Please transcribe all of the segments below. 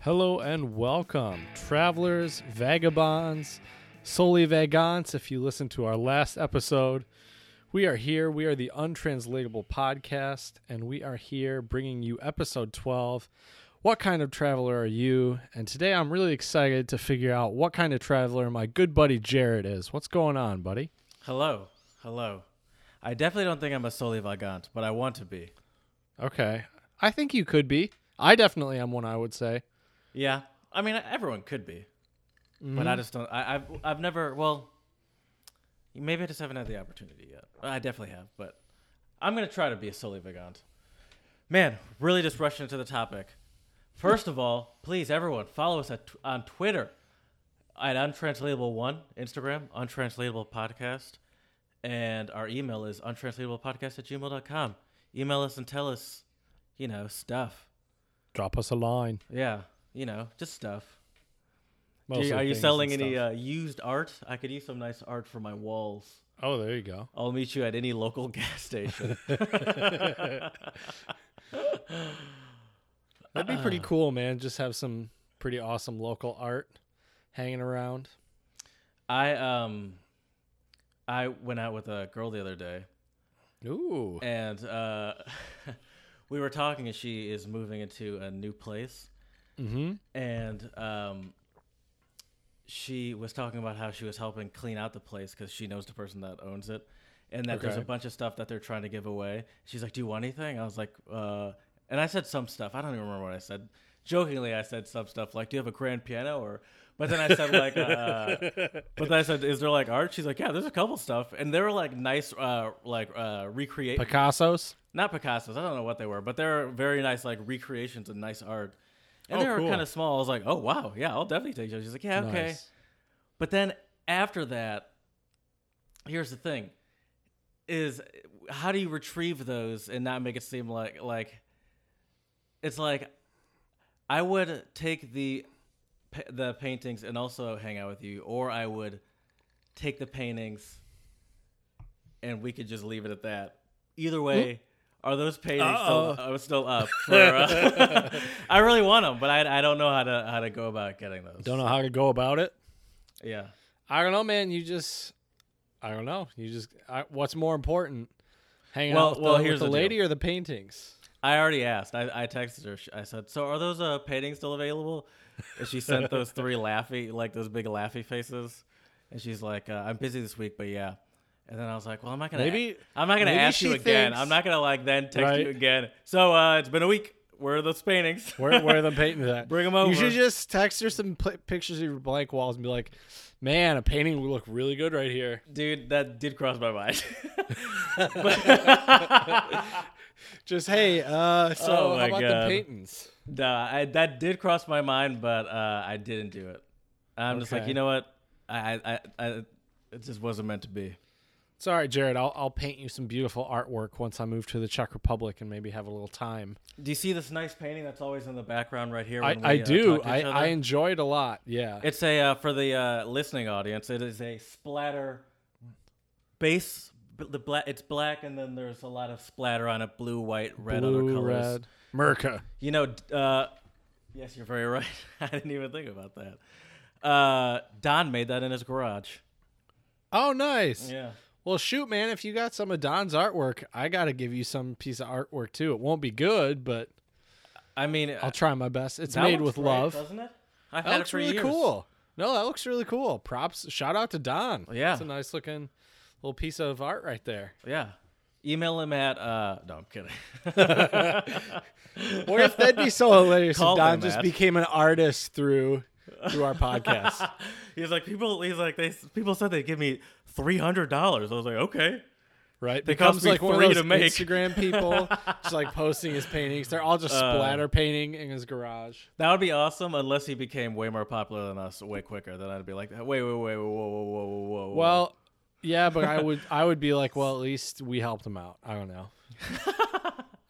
Hello and welcome, travelers, vagabonds, solely vagants. If you listen to our last episode, we are here. We are the Untranslatable Podcast, and we are here bringing you episode 12. What kind of traveler are you? And today I'm really excited to figure out what kind of traveler my good buddy Jared is. What's going on, buddy? Hello. Hello. I definitely don't think I'm a solely vagant, but I want to be. Okay. I think you could be. I definitely am one, I would say. Yeah. I mean, everyone could be. But I just don't. I, I've, I've never, well, maybe I just haven't had the opportunity yet. I definitely have, but I'm going to try to be a solely vagant. Man, really just rushing into the topic. First of all, please, everyone, follow us at, on Twitter at untranslatable1, Instagram, untranslatable podcast, and our email is untranslatablepodcast at gmail.com. Email us and tell us, you know, stuff. Drop us a line. Yeah, you know, just stuff. Do Mostly you, are you things and selling any stuff. uh, used art? I could use some nice art for my walls. oh, there you go. I'll meet you at any local gas station. That'd be pretty cool, man. Just have some pretty awesome local art hanging around. I um, I went out with a girl the other day, Ooh. and uh, we were talking, and she is moving into a new place, Mm-hmm. and um, she was talking about how she was helping clean out the place because she knows the person that owns it, and that there's a Okay. bunch of stuff that they're trying to give away. She's like, "Do you want anything?" I was like, uh, and I said some stuff. I don't even remember what I said. Jokingly, I said some stuff like, "Do you have a grand piano?" Or, but then I said like, uh, but then I said, "Is there like art?" She's like, "Yeah, there's a couple stuff," and they were like nice, uh, like uh, recreate Picasso's. not Picasso's. I don't know what they were, but they're very nice, like recreations and nice art. And Oh, they were cool. kind of small. I was like, oh wow, yeah, I'll definitely take those. She's like, yeah, okay. Nice. But then after that, here's the thing: is how do you retrieve those and not make it seem like like it's like I would take the pa- the paintings and also hang out with you, or I would take the paintings and we could just leave it at that. Either way, are those paintings still, uh, still up? For, uh, I really want them, but I, I don't know how to how to go about getting those. Don't know how to go about it. Yeah. I don't know, man. You just, I don't know. You just, I, what's more important? Hanging Well- out with well, the, with here's the the lady deal. or the paintings? I already asked. I, I texted her. She- I said, "So are those uh, paintings still available?" And she sent those three laughy, like those big laughy faces. And she's like, uh, "I'm busy this week, but yeah." And then I was like, "Well, I'm not gonna. Maybe- I'm not gonna maybe ask you she again. thinks- I'm not gonna like then text Right. you again. So uh, it's been a week. Where are those paintings? Where, where are the paintings at? Bring 'em You over. should just text her some pl- pictures of your blank walls and be like, man, a painting would look really good right here. Dude, that did cross my mind. Just, hey, uh, so how Oh my about the God. paintings? Nah, I, that did cross my mind, but uh, I didn't do it. I'm just like, Okay. you know what? I, I, I, I- it just wasn't meant to be. It's all right, Jared. I'll, I'll paint you some beautiful artwork once I move to the Czech Republic and maybe have a little time. Do you see this nice painting that's always in the background right here? I, when we, I uh, do. talk to I, each other? I enjoy it a lot. Yeah. it's a uh, for the uh, listening audience. It is a splatter base. b- The black, it's black, and then there's a lot of splatter on it: blue, white, red, other Blue, colors. red. Merca. You know, d- uh, yes, you're very right. I didn't even think about that. Uh, Don made that in his garage. Oh, nice. Yeah. Well, shoot, man. If you got some of Don's artwork, I got to give you some piece of artwork too. It won't be good, but I mean, uh, I'll try my best. It's that made with looks great, love. doesn't it? I've That had looks it for really years. cool. No, that looks really cool. Props. Shout out to Don. Yeah. It's a nice looking little piece of art right there. Yeah. Email him at uh, no, I'm kidding. Or if that'd be so hilarious if Call Don them, just Matt. became an artist through through our podcast. he's like people. He's like they. People said they'd give me three hundred dollars. I was like, okay. right? cost Becomes me like one of three those to make. Instagram people, just like posting his paintings. They're all just Uh. splatter painting in his garage. That would be awesome unless he became way more popular than us way quicker. Then I'd be like, wait, wait, wait, whoa, whoa, whoa, whoa, whoa, whoa. Well, yeah, but I would I would be like, well, at least we helped him out. I don't know.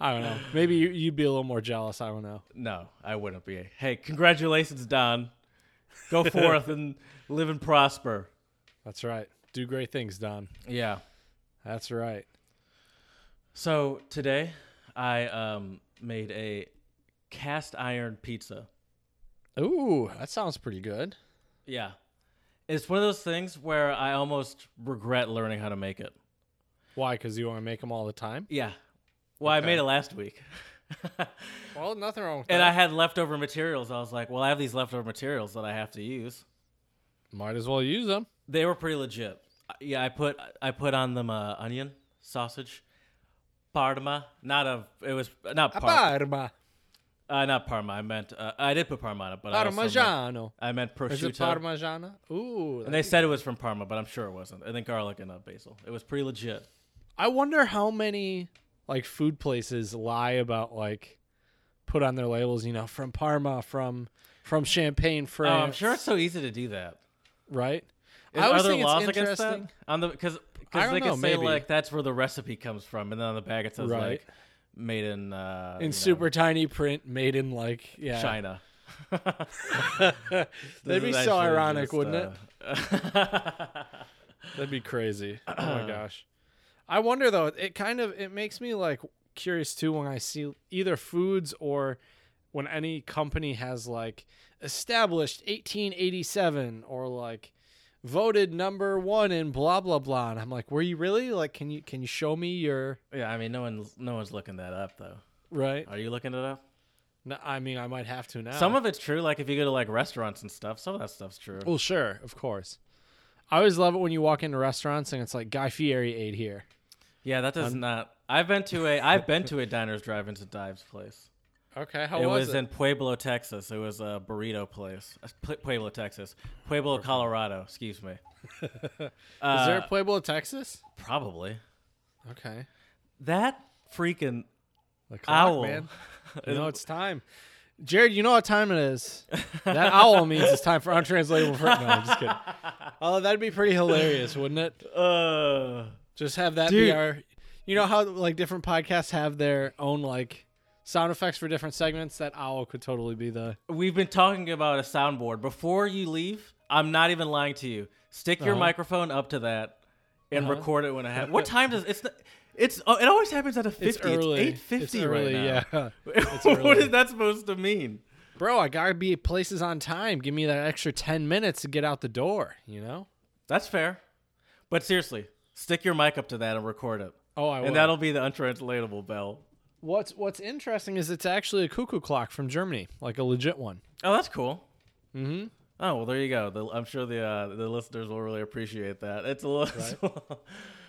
I don't know. Maybe you, you'd be a little more jealous. I don't know. no, I wouldn't be. Hey, congratulations, Don. Go forth and live and prosper. That's right. Do great things, Don. Yeah. That's right. So today, I um, made a cast iron pizza. Ooh, that sounds pretty good. Yeah. It's one of those things where I almost regret learning how to make it. Why? Because you want to make them all the time? Yeah. Well, I made it last week. Well, nothing wrong with and I had leftover materials. I was like, well, I have these leftover materials that I have to use. Might as well use them. They were pretty legit. Uh, Yeah, I put I put on them uh, onion, sausage, parma. Not a it was not parma. Parma. Uh, not parma. I meant uh, I did put parma on it, but I also meant- Parmigiano. I meant Is it prosciutto. Parmigiana? Ooh. And they said it was from Parma, but I'm sure it wasn't. And then garlic and uh, basil. It was pretty legit. I wonder how many like food places lie about like put on their labels, you know, from Parma, from from Champagne, Oh, France. I'm sure it's so easy to do that. right? Is- are there laws against that? On the because I because don't they can know, say maybe. like that's where the recipe comes from, and then on the back it says Right. like made in uh, you in know, super tiny print, made in like yeah. China. That'd be This is so actually ironic, just, wouldn't uh, it? That'd be crazy. oh my gosh. I wonder though, it kind of it makes me like curious too when I see either foods or when any company has like established 1887 or like voted number 1 in blah blah blah and I'm like, "Were you really? Like can you can you show me your Yeah, I mean, no one's no one's looking that up though. right?" Are you looking it up? No, I mean, I might have to now. Some of it's true. Like if you go to like restaurants and stuff, some of that stuff's true. Well, sure, of course. I always love it when you walk into restaurants and it's like Guy Fieri ate here. Yeah, that does not. I've been to a I've been to a diners, drive-ins, and dives place. Okay, how it was in Pueblo, Texas. It was a burrito place. Uh, Pu- Pueblo, Texas. Pueblo, Colorado. Excuse me. Uh, Is there a Pueblo, Texas? Probably Okay. that freaking The clock, owl. man. You know it's time. Jared, you know what time it is. That owl means it's time for untranslatable fr- No, I'm just kidding. Oh, that'd be pretty hilarious, wouldn't it? Uh, Just have that be Dude. our. You know how like different podcasts have their own like sound effects for different segments. That owl could totally be the. we've been talking about a soundboard. Before you leave, I'm not even lying to you. Stick Uh-huh. your microphone up to that and record it when it happens. What time does it's? Not, it's oh, it always happens at a fifty. It's early. eight fifty It's early, right now. Yeah. what early. is that supposed to mean? Bro, I gotta be places on time. Give me that extra ten minutes to get out the door. You know. That's fair. But seriously, stick your mic up to that and record it. Oh, I will. and that'll be the untranslatable bell. What's What's interesting is it's actually a cuckoo clock from Germany, like a legit one. Oh, that's cool. Mm-hmm. Oh well, there you go. The, I'm sure the uh, the listeners will really appreciate that. It's a little.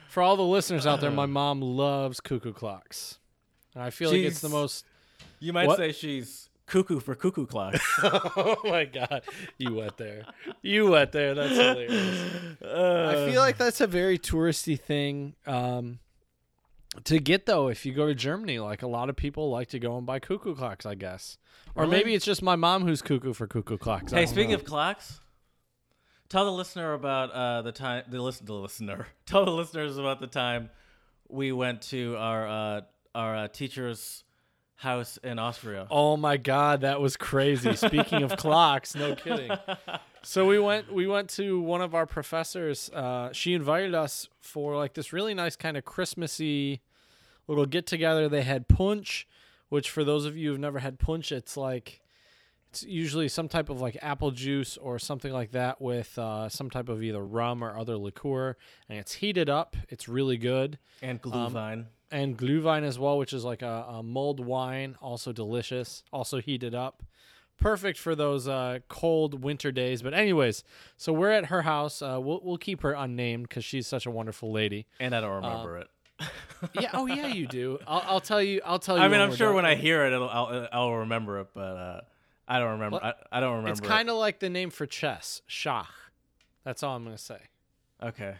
For all the listeners out there, my mom loves cuckoo clocks. And I feel like it's the Jeez. most. you might What? say she's cuckoo for cuckoo clock. Oh my god, you went there. You went there. That's hilarious. I feel like that's a very touristy thing um, to get though. If you go to Germany, like a lot of people like to go and buy cuckoo clocks, I guess. Or maybe it's just my mom who's cuckoo for cuckoo clocks. I hey, don't speaking know. of clocks, tell the listener about uh, the time. The listen, the listener. Tell the listeners about the time we went to our uh, our uh, teacher's house in Austria. Oh my god, that was crazy. Speaking of clocks, no kidding. So we went we went to one of our professors. Uh, she invited us for like this really nice kind of Christmassy little get together. They had punch, which for those of you who've never had punch, it's like it's usually some type of like apple juice or something like that with uh, some type of either rum or other liqueur, and it's heated up. It's really good and Um, Glühwein. and Glühwein as well, which is like a, a mulled wine, also delicious, also heated up. Perfect for those uh, cold winter days. But anyways, so we're at her house. Uh, we'll we'll keep her unnamed because she's such a wonderful lady. and I don't uh, remember it. Yeah. Oh yeah, you do. I'll, I'll tell you. I'll tell you. I mean, when I'm we're sure done. when I hear it, it'll, I'll, I'll remember it, but uh, I don't remember. I, I don't remember. it's kind of like the name for chess, Schach. That's all I'm gonna say. of okay.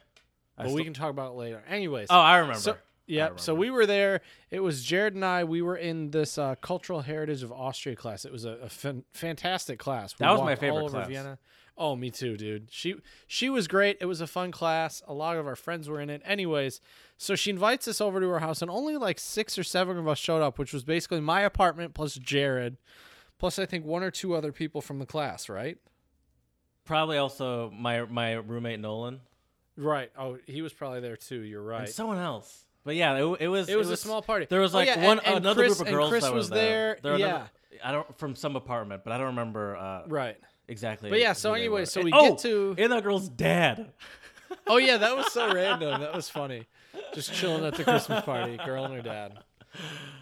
I But we still- can talk about it later. Anyways. oh, I remember. So, yeah, so we were there. It was Jared and I. We were in this uh, cultural heritage of Austria class. It was a, a fan- fantastic class. We That was my walked favorite all over class. Vienna. Oh, me too, dude. She she was great. It was a fun class. A lot of our friends were in it. Anyways, so she invites us over to her house, and only like six or seven of us showed up, which was basically my apartment plus Jared, plus I think one or two other people from the class. Right. Probably also my my roommate Nolan Right. Oh, he was probably there too. You're right. and someone else. But yeah, it, it was It was a small party. There was Oh, like yeah, one and- and another Chris- group and of girls Chris that was was there. there. were Yeah. another- I don't from some apartment, but I don't remember uh, Right. exactly. But yeah, who so they anyway, were. so And- we oh, get to- and that girl's dad. Oh yeah, that was so random. That was funny. Just chilling at the Christmas party, girl and her dad.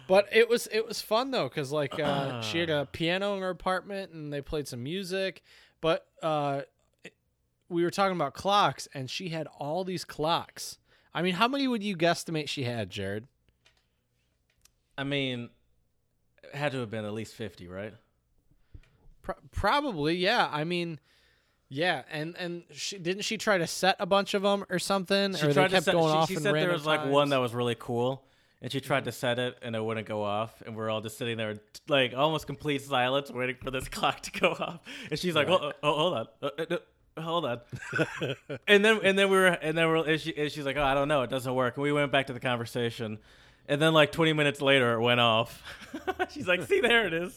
But it was it was fun though, cause like uh, she had a piano in her apartment and they played some music. But uh, it- we were talking about clocks, and she had all these clocks. I mean, how many would you guesstimate she had, Jared? I mean, it had to have been at least fifty, right? Pro- probably, yeah. I mean, yeah. And and she didn't she try to set a bunch of them or something, She or tried they kept to set, going she, off. she in said there random was like one times? Mm-hmm. that was really cool, and she tried to set it, and it wouldn't go off, and we're all just sitting there like almost complete silence, waiting for this clock to go off, and she's like, oh, oh, oh, hold on. Uh, uh, uh, Hold on, and then and then we were and then we're, and, she, and she's like, oh, I don't know, it doesn't work. And we went back to the conversation, and then like 20 minutes later, it went off. she's like, see, there it is.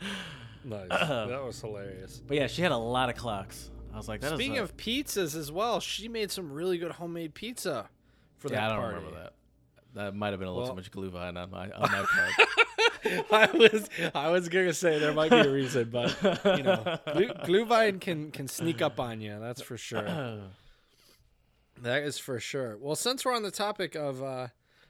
nice. that was hilarious. But yeah, she had a lot of clocks. I was like, that is Speaking a- of pizzas as well, she made some really good homemade pizza for yeah, that I don't party. remember that. That might have been a little Well- too much gluevine on my on my part. I was I was gonna say there might be a reason, but you know, glu- Glühwein can can sneak up on you. That's for sure. That is for sure. Well, since we're on the topic of uh,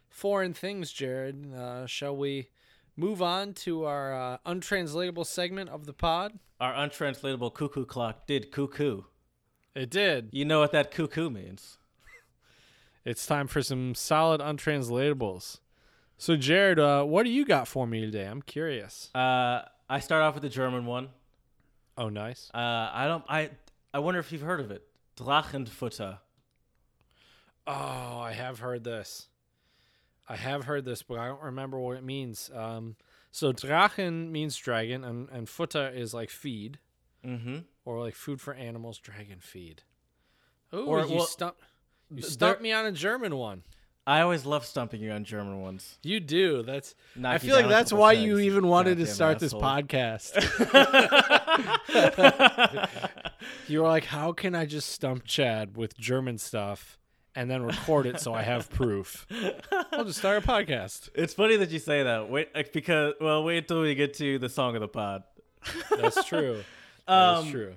foreign things, Jared, uh, shall we move on to our uh, untranslatable segment of the pod? Our untranslatable cuckoo clock did cuckoo. It did. You know what that cuckoo means. It's time for some solid untranslatables. So, Jared, uh, what do you got for me today? I'm curious. Uh, I start off with the German one. Oh, nice. Uh, I don't. I I wonder if you've heard of it. Drachenfutter. Oh, I have heard this. I have heard this, but I don't remember what it means. Um, so Drachen means dragon, and and Futter is like feed Mm-hmm. or like food for animals. Dragon feed. Oh, Or- you well, stumped you th- stumped there- me on a German one. I always love stumping you on German ones. You do. That's. Knock I you feel like down a that's couple why pegs, you you even wanted to goddamn start this asshole. podcast. you were like, "How can I just stump Chad with German stuff and then record it so I have proof? I'll just start a podcast." It's funny that you say that. Wait, like, because well, wait until we get to the song of the pod. That's true. Um, That's true.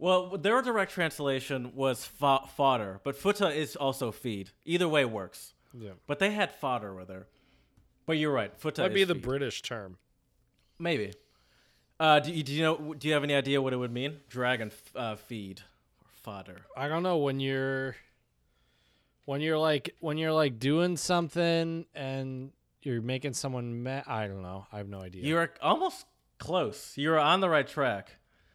Well, their direct translation was fo- fodder, but futter is also feed. Either way works. Yeah. But they had fodder with her. But you're right. Futter That'd is be the feed. British term. Maybe. Uh, do, you, do you know? Do you have any idea what it would mean? Dragon f- uh, feed or fodder. I don't know when you're when you're like when you're like doing something and you're making someone mad. I don't know. I have no idea. You're almost close. You're on the right track.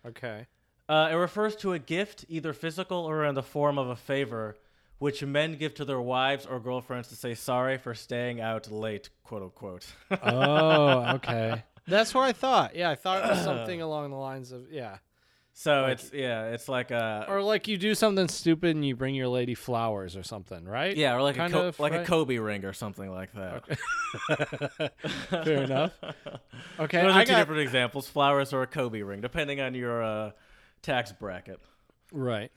okay. Uh, it refers to a gift, either physical or in the form of a favor, which men give to their wives or girlfriends to say sorry for staying out late, quote unquote. Oh, okay. That's what I thought. Yeah, I thought it was something along the lines of yeah, so it's yeah, it's like a or like you do something stupid and you bring your lady flowers or something, right? Yeah, or like a Kind co- of, like a right? Kobe ring or something like that. Fair enough. Okay, Those are I two got different examples: flowers or a Kobe ring, depending on your uh, tax bracket. right.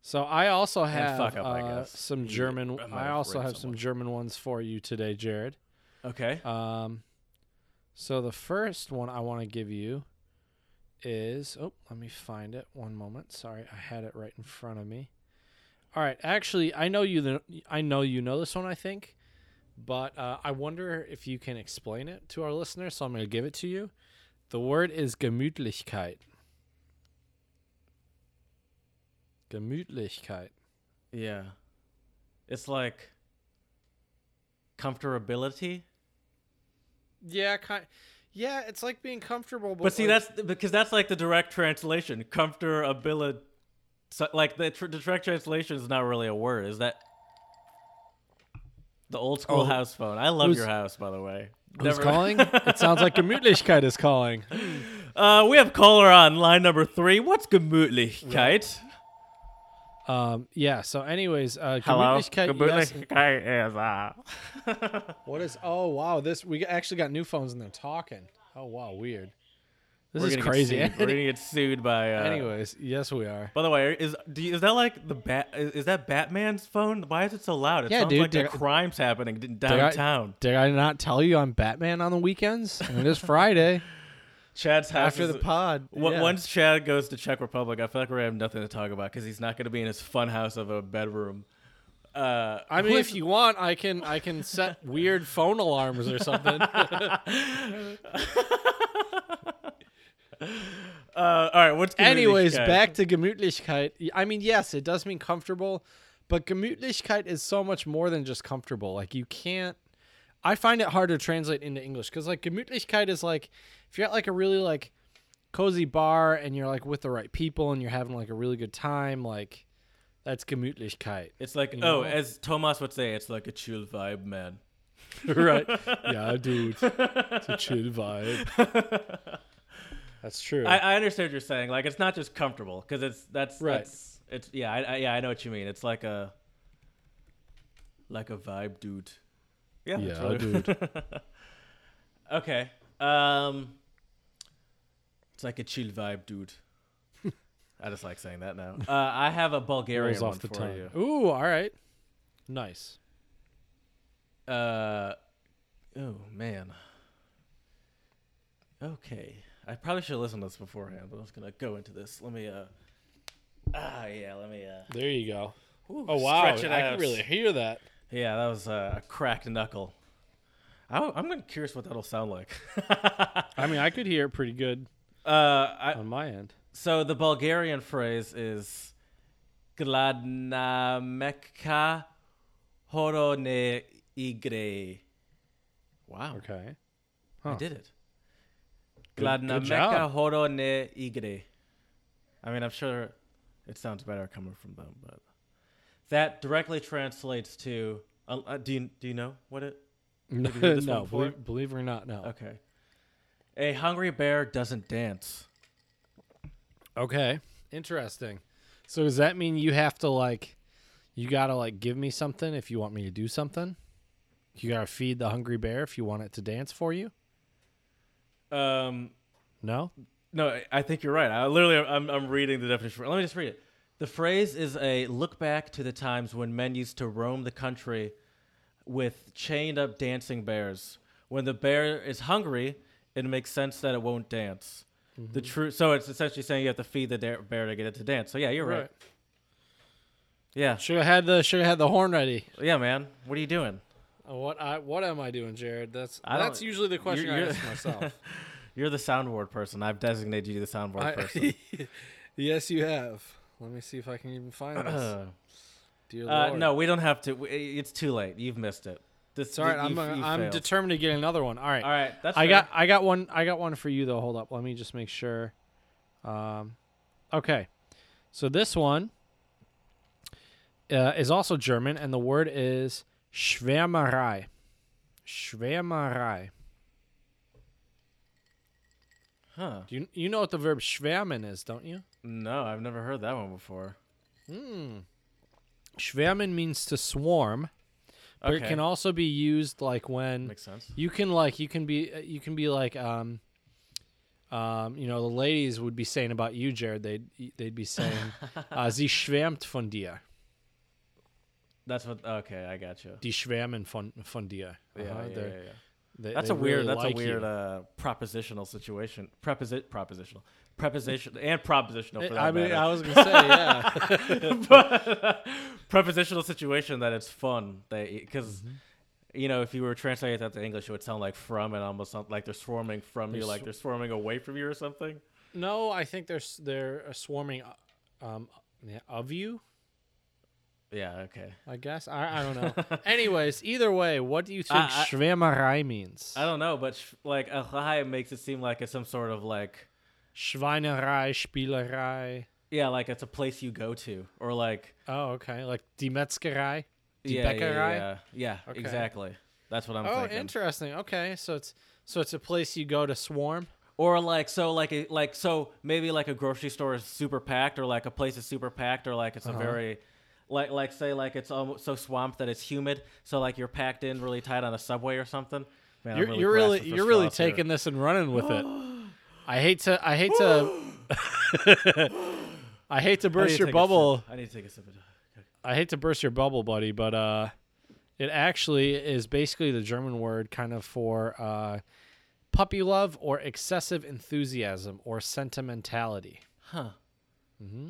So I also have fuck up, I uh, guess. some You- German. I might I have also raped have some someone. German ones for you today, Jared. Okay. Um, so the first one I want to give you is oh, let me find it. One moment. Sorry, I had it right in front of me. All right, actually, I know you. The, I know you know this one. I think, but uh, I wonder if you can explain it to our listeners. So I'm going to give it to you. The word is Gemütlichkeit. Gemütlichkeit. yeah. It's like comfortability. Yeah, kind. Yeah, it's like being comfortable. But see, that's because that's like the direct translation. Comfortability. So, like the, tr- the direct translation is not really a word. Is that the old school Oh. house phone? I love Who's- your house, by the way. Who's calling? it sounds like Gemütlichkeit is calling. Uh, we have caller on line number three. What's gemütlichkeit? Um, yeah. So, anyways, uh, Gemütlichkeit. yes. Gemütlichkeit is uh, What is? Oh wow, this we actually got new phones and they're talking. Oh wow, weird. This We're is gonna get crazy. sued. We're gonna get sued by. Uh, anyways, yes, we are. By the way, is do you, is that like the bat? Is, is that Batman's phone? Why is it so loud? It Yeah, sounds dude, like there are did I- crimes happening d- Did I- downtown. Did I not tell you I'm Batman on the weekends? And it is Friday. Chad's house after is- the pod. Wo- yeah. Once Chad goes to Czech Republic, I feel like we have nothing to talk about because he's not going to be in his fun house of a bedroom. Uh, I mean, who if is- you want, I can I can set weird phone alarms or something. uh, all right, what's Community Anyways, Sky? back to Gemütlichkeit. I mean, yes, it does mean comfortable, but Gemütlichkeit is so much more than just comfortable. Like you can't I find it hard to translate into English cuz like Gemütlichkeit is like if you're at like a really like cozy bar and you're like with the right people and you're having like a really good time, like that's Gemütlichkeit. It's like You oh, know? as Tomas would say, it's like a chill vibe, man. right. Yeah, dude. It's a chill vibe. That's true. I, I understand what you're saying. Like it's not just comfortable because it's that's Right. That's, it's yeah, I, I, yeah, I know what you mean. It's like a like a vibe, dude. Yeah, that's Yeah, what- dude. okay. Um, it's like a chill vibe, dude. I just like saying that now. Uh, I have a Bulgarian Rolls one off the for tongue. you. Ooh, all right. Nice. Uh, oh man. Okay, I probably should listen to this beforehand, but I was gonna go into this. Let me. uh Ah, yeah. Let me. uh There you go. ooh, Oh wow! stretch it I out. can really hear that. Yeah, that was uh, a cracked knuckle. I, am gonna curious what that'll sound like. I mean, I could hear it pretty good uh, I, on my end. so the Bulgarian phrase is "gladnameka horone igre." Wow, Okay. I Huh. did it. Good- good Gladnameka job. horone igre. I mean, I'm sure it sounds better coming from them, but that directly translates to. Uh, uh, do you do you know what it? No, you heard this one before? believe, believe it or not, no. Okay. A hungry bear doesn't dance. Okay. Interesting. So does that mean you have to like, you gotta like give me something if you want me to do something? You gotta feed the hungry bear if you want it to dance for you. Um, No. no, I- I think you're right. I literally, I'm, I'm reading the definition. Let me just read it. The phrase is a look back to the times when men used to roam the country with chained up dancing bears. When the bear is hungry, it makes sense that it won't dance. The true, so it's essentially saying you have to feed the da- bear to get it to dance. So yeah, you're right. Yeah, Should have had the should have had the horn ready. yeah, man. What are you doing? Uh, What I what am I doing, Jared? That's I don't- that's usually the question you're- I ask myself. You're the soundboard person. I've designated you the soundboard person. I, yes, you have. Let me see if I can even find this. Uh, Dear Uh, Lord. no, we don't have to. We- It's too late. You've missed it. This, It's all right. you- I'm, you uh, I'm failed. determined to get another one. All right. all right. That's I fair. got I got one I got one for you though. Hold up. Let me just make sure. Um, okay. So this one uh, is also German and the word is Schwärmerei. Schwärmerei. Huh? Do you you know what the verb schwärmen is, don't you? No, I've never heard that one before. Schwärmen means to swarm, but Okay. it can also be used like when Makes sense. you can like you can be uh, you can be like um um you know the ladies would be saying about you Jared they'd they'd be saying uh, sie schwärmt von dir That's what. Okay, I got you. die schwärmen von von dir Yeah, Uh-huh, yeah, yeah, they're- yeah. they- That's they a weird. really that's like a weird you. uh, propositional situation. Preposit propositional. Preposition and propositional. For that Eh, I mean matter. I was gonna say yeah but prepositional situation that it's fun because Mm-hmm. you know if you were translating that to english it would sound like from and almost sound like they're swarming from you They're like sw- they're swarming away from you or something no I think they're s- they're uh, swarming uh, um yeah, of you yeah okay I guess I, I don't know anyways either way what do you think I- I- schwärmerei means i don't know but sh- like a high makes it seem like it's some sort of like Schweinerei Spielerei yeah like it's a place you go to or like oh okay like die Metzgerei die yeah, yeah Bäckerei yeah yeah Okay. exactly that's what i'm Oh, thinking interesting. Okay, so it's so it's a place you go to swarm. or like so like a, like so maybe like a grocery store is super packed or like a place is super packed or like it's Uh-huh. a very like like say like it's almost so swamped that it's humid so like you're packed in really tight on a subway or something Man, I'm You're you're really grasping for you're really straws here. taking this and running with it. I hate to I hate to I hate to I need to burst your take a bubble. sip. i need to take a sip of I hate to burst your bubble, buddy, but uh it actually is basically the German word kind of for uh puppy love or excessive enthusiasm or sentimentality. Huh. Mm-hmm.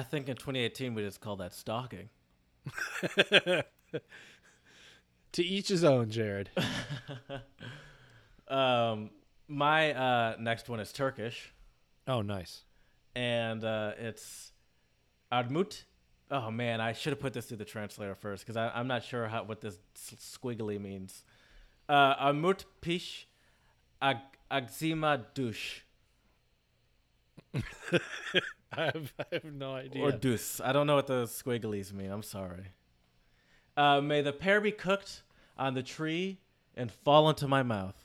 I think in 2018 we just call that stalking. To each his own, Jared. Um, my uh, next one is Turkish, Oh, nice. and uh, it's Armut. Oh man, I should have put this through the translator first because I'm not sure how, what this s- squiggly means. Uh, Armut piş ag- agzima duş I have, I have no idea. or dus. I don't know what those squigglies mean. I'm sorry. Uh, may the pear be cooked on the tree and fall into my mouth.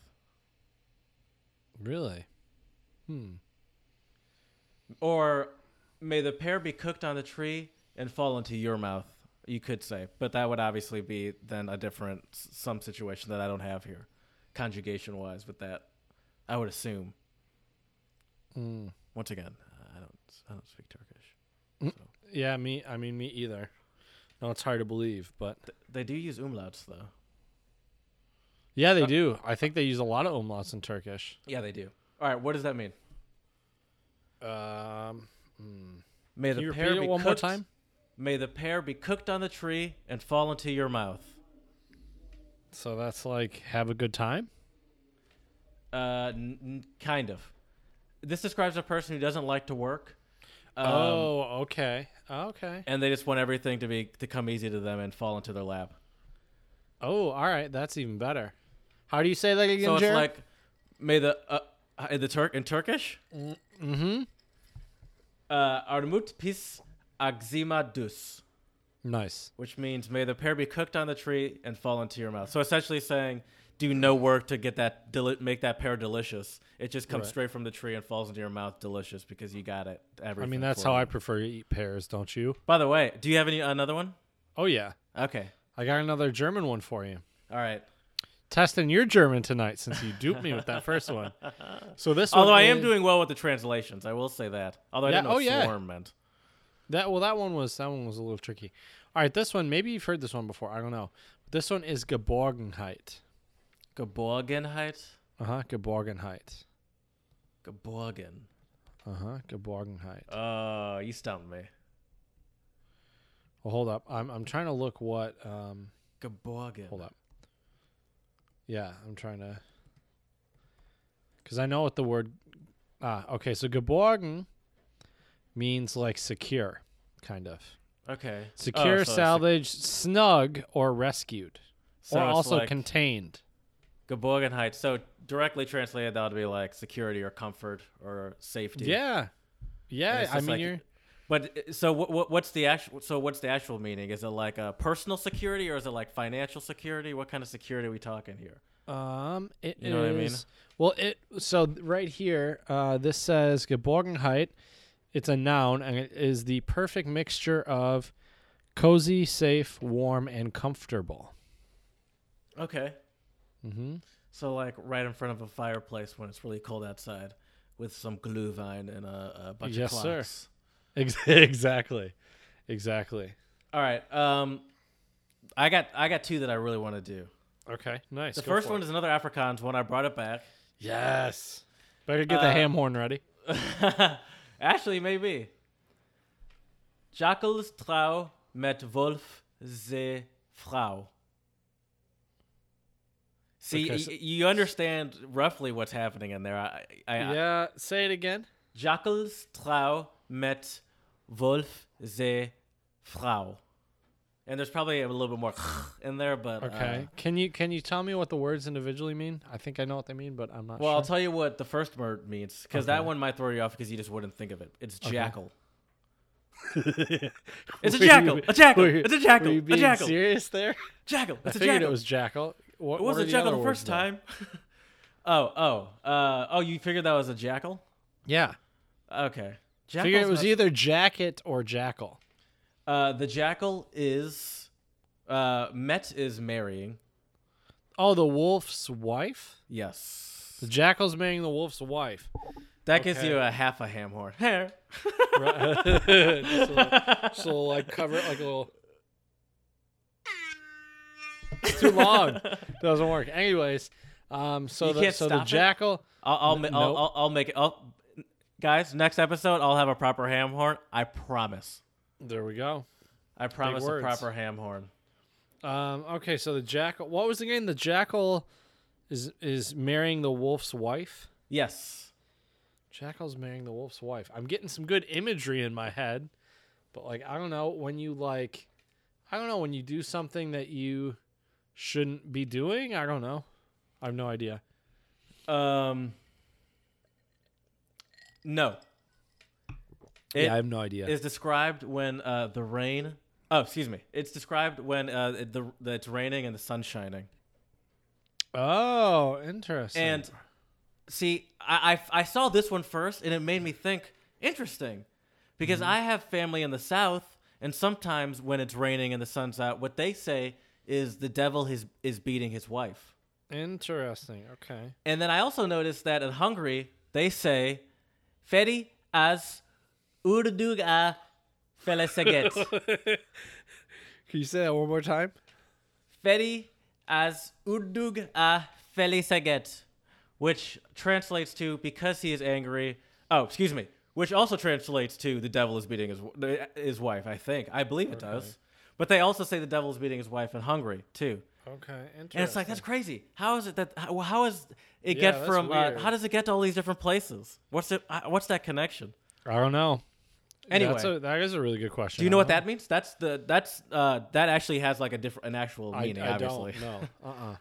really? Or may the pear be cooked on the tree and fall into your mouth, you could say. But that would obviously be then a different, s- some situation that I don't have here, conjugation wise, with that, I would assume. Mm. Once again, I don't, I don't speak Turkish. Yeah, me. I mean, me either. No, it's hard to believe, but Th- They do use umlauts, though. yeah, they do. I think they use a lot of umlauts in Turkish. Yeah, they do. All right, what does that mean? Um, May Can the you pear repeat it be one more cooked, time? May the pear be cooked on the tree and fall into your mouth. so that's like have a good time. Uh, n- n- kind of. This describes a person who doesn't like to work. Um, oh, okay, okay. and they just want everything to be to come easy to them and fall into their lap. Oh, all right. That's even better. How do you say that again, So it's Jared? like may the uh, in the Turk in Turkish. Mm-hmm. Uh, armut pis agzima dus, nice. which means may the pear be cooked on the tree and fall into your mouth. So essentially saying, do no work to get that deli- make that pear delicious. It just comes Right. straight from the tree and falls into your mouth, delicious because you got it. I Everything mean, that's for how you. I prefer to eat pears, don't you? By the way, do you have any another one? Oh yeah. Okay, I got another German one for you. all right. Testing your German tonight since you duped me with that first one. So this one Although I am is- doing well with the translations, I will say that. Although I Yeah, didn't know oh, what yeah. swarm meant. That well, that one was that one was a little tricky. All right, this one maybe you've heard this one before. I don't know. This one is Geborgenheit. Geborgenheit. Uh huh. Geborgenheit. Geborgen. Uh huh. Geborgenheit. Oh, you stumped me. Well, hold up. I'm I'm trying to look what. Um, Geborgen. hold up. Yeah, I'm trying to. Because I know what the word. Ah, okay. So Geborgen means like secure, kind of Okay. secure, Oh, so it's salvaged, snug, or rescued, So or it's also like- contained. Geborgenheit. So directly translated, that would be like security or comfort or safety. Yeah, And yeah. it's I just mean, like- you're. But uh, so what, what? What's the actual? So what's the actual meaning? Is it like a personal security or is it like financial security? What kind of security are we talking here? Um, it You know what I mean? is- Well, it so th- right here, uh, this says Geborgenheit. It's a noun, and it is the perfect mixture of cozy, safe, warm, and comfortable. Okay. Mm-hmm. So like right in front of a fireplace when it's really cold outside, with some glühwein and a, a bunch Yes, of sir. clocks. Ex- exactly, exactly. All right. Um, I got I got two that I really want to do. Okay, nice. The first one is another Afrikaans one. I brought it back. yes. Better get Uh, the ham horn ready. Actually, maybe. Jackals trau met Wolf ze Frau. See, Okay, y- so- y- you understand roughly what's happening in there. I, I, I, Yeah, say it again. Jackals trau met Wolf ze Frau. And there's probably a little bit more in there, but uh, Okay. can you can you tell me what the words individually mean? I think I know what they mean, but I'm not Well, I'll sure. tell you what the first word means because that one might throw you off because you just wouldn't think of it. It's jackal. it's a Were you jackal. be- A jackal. were you- It's a jackal. Were you A being jackal. serious there? Jackal. It's I a figured jackal. it was jackal. What, It was what a are the jackal other the words, first though? time. oh, oh. Uh, oh, you figured that was a jackal? Yeah, Okay. I Jackal. figured it was either jacket or jackal. Uh, the jackal is. Uh, Met is marrying. Oh, the wolf's wife. Yes. The jackal's marrying the wolf's wife. That gives Okay. you a half a ham horn. Hair. Right. just, a little, just a little, like cover it like a little. It's too long. Doesn't work. Anyways, Um, so You the, can't so the stop it? jackal. I'll I'll, ma- I'll, nope. I'll, I'll make it. I'll, guys, next episode I'll have a proper ham horn. I promise. There we go. I promise a words. proper ham horn. Um, okay, so the jackal. What was the game? The jackal is is marrying the wolf's wife. Yes. Jackal's marrying the wolf's wife. I'm getting some good imagery in my head, but like I don't know when you like, I don't know when you do something that you shouldn't be doing. I don't know. I have no idea. Um. No. It yeah, I have no idea. is described when uh, the rain. Oh, excuse me. It's described when uh, it- the, the it's raining and the sun's shining. oh, interesting. And see, I, I I saw this one first, and it made me think. Interesting, because I have family in the South, and sometimes when it's raining and the sun's out, what they say is the devil is is beating his wife. interesting. Okay. And then I also noticed that in Hungary they say, "Feri az urdug a feleseget." Can you say that one more time? Feri as urdug a felisaget, which translates to because he is angry. Oh, excuse me. Which also translates to the devil is beating his w- his wife. I think I believe it does. But they also say the devil is beating his wife in Hungary too. Okay. Interesting. And it's like that's crazy. How is it that how, how is it Yeah, get that's from uh, weird. how does it get to all these different places? What's it? uh, What's that connection? I don't know. Anyway. That's a, Uh-huh. that is a really good question. Do you know I what don't- that means? That's the that's uh, that actually has like a different an actual I, meaning. I obviously, don't know.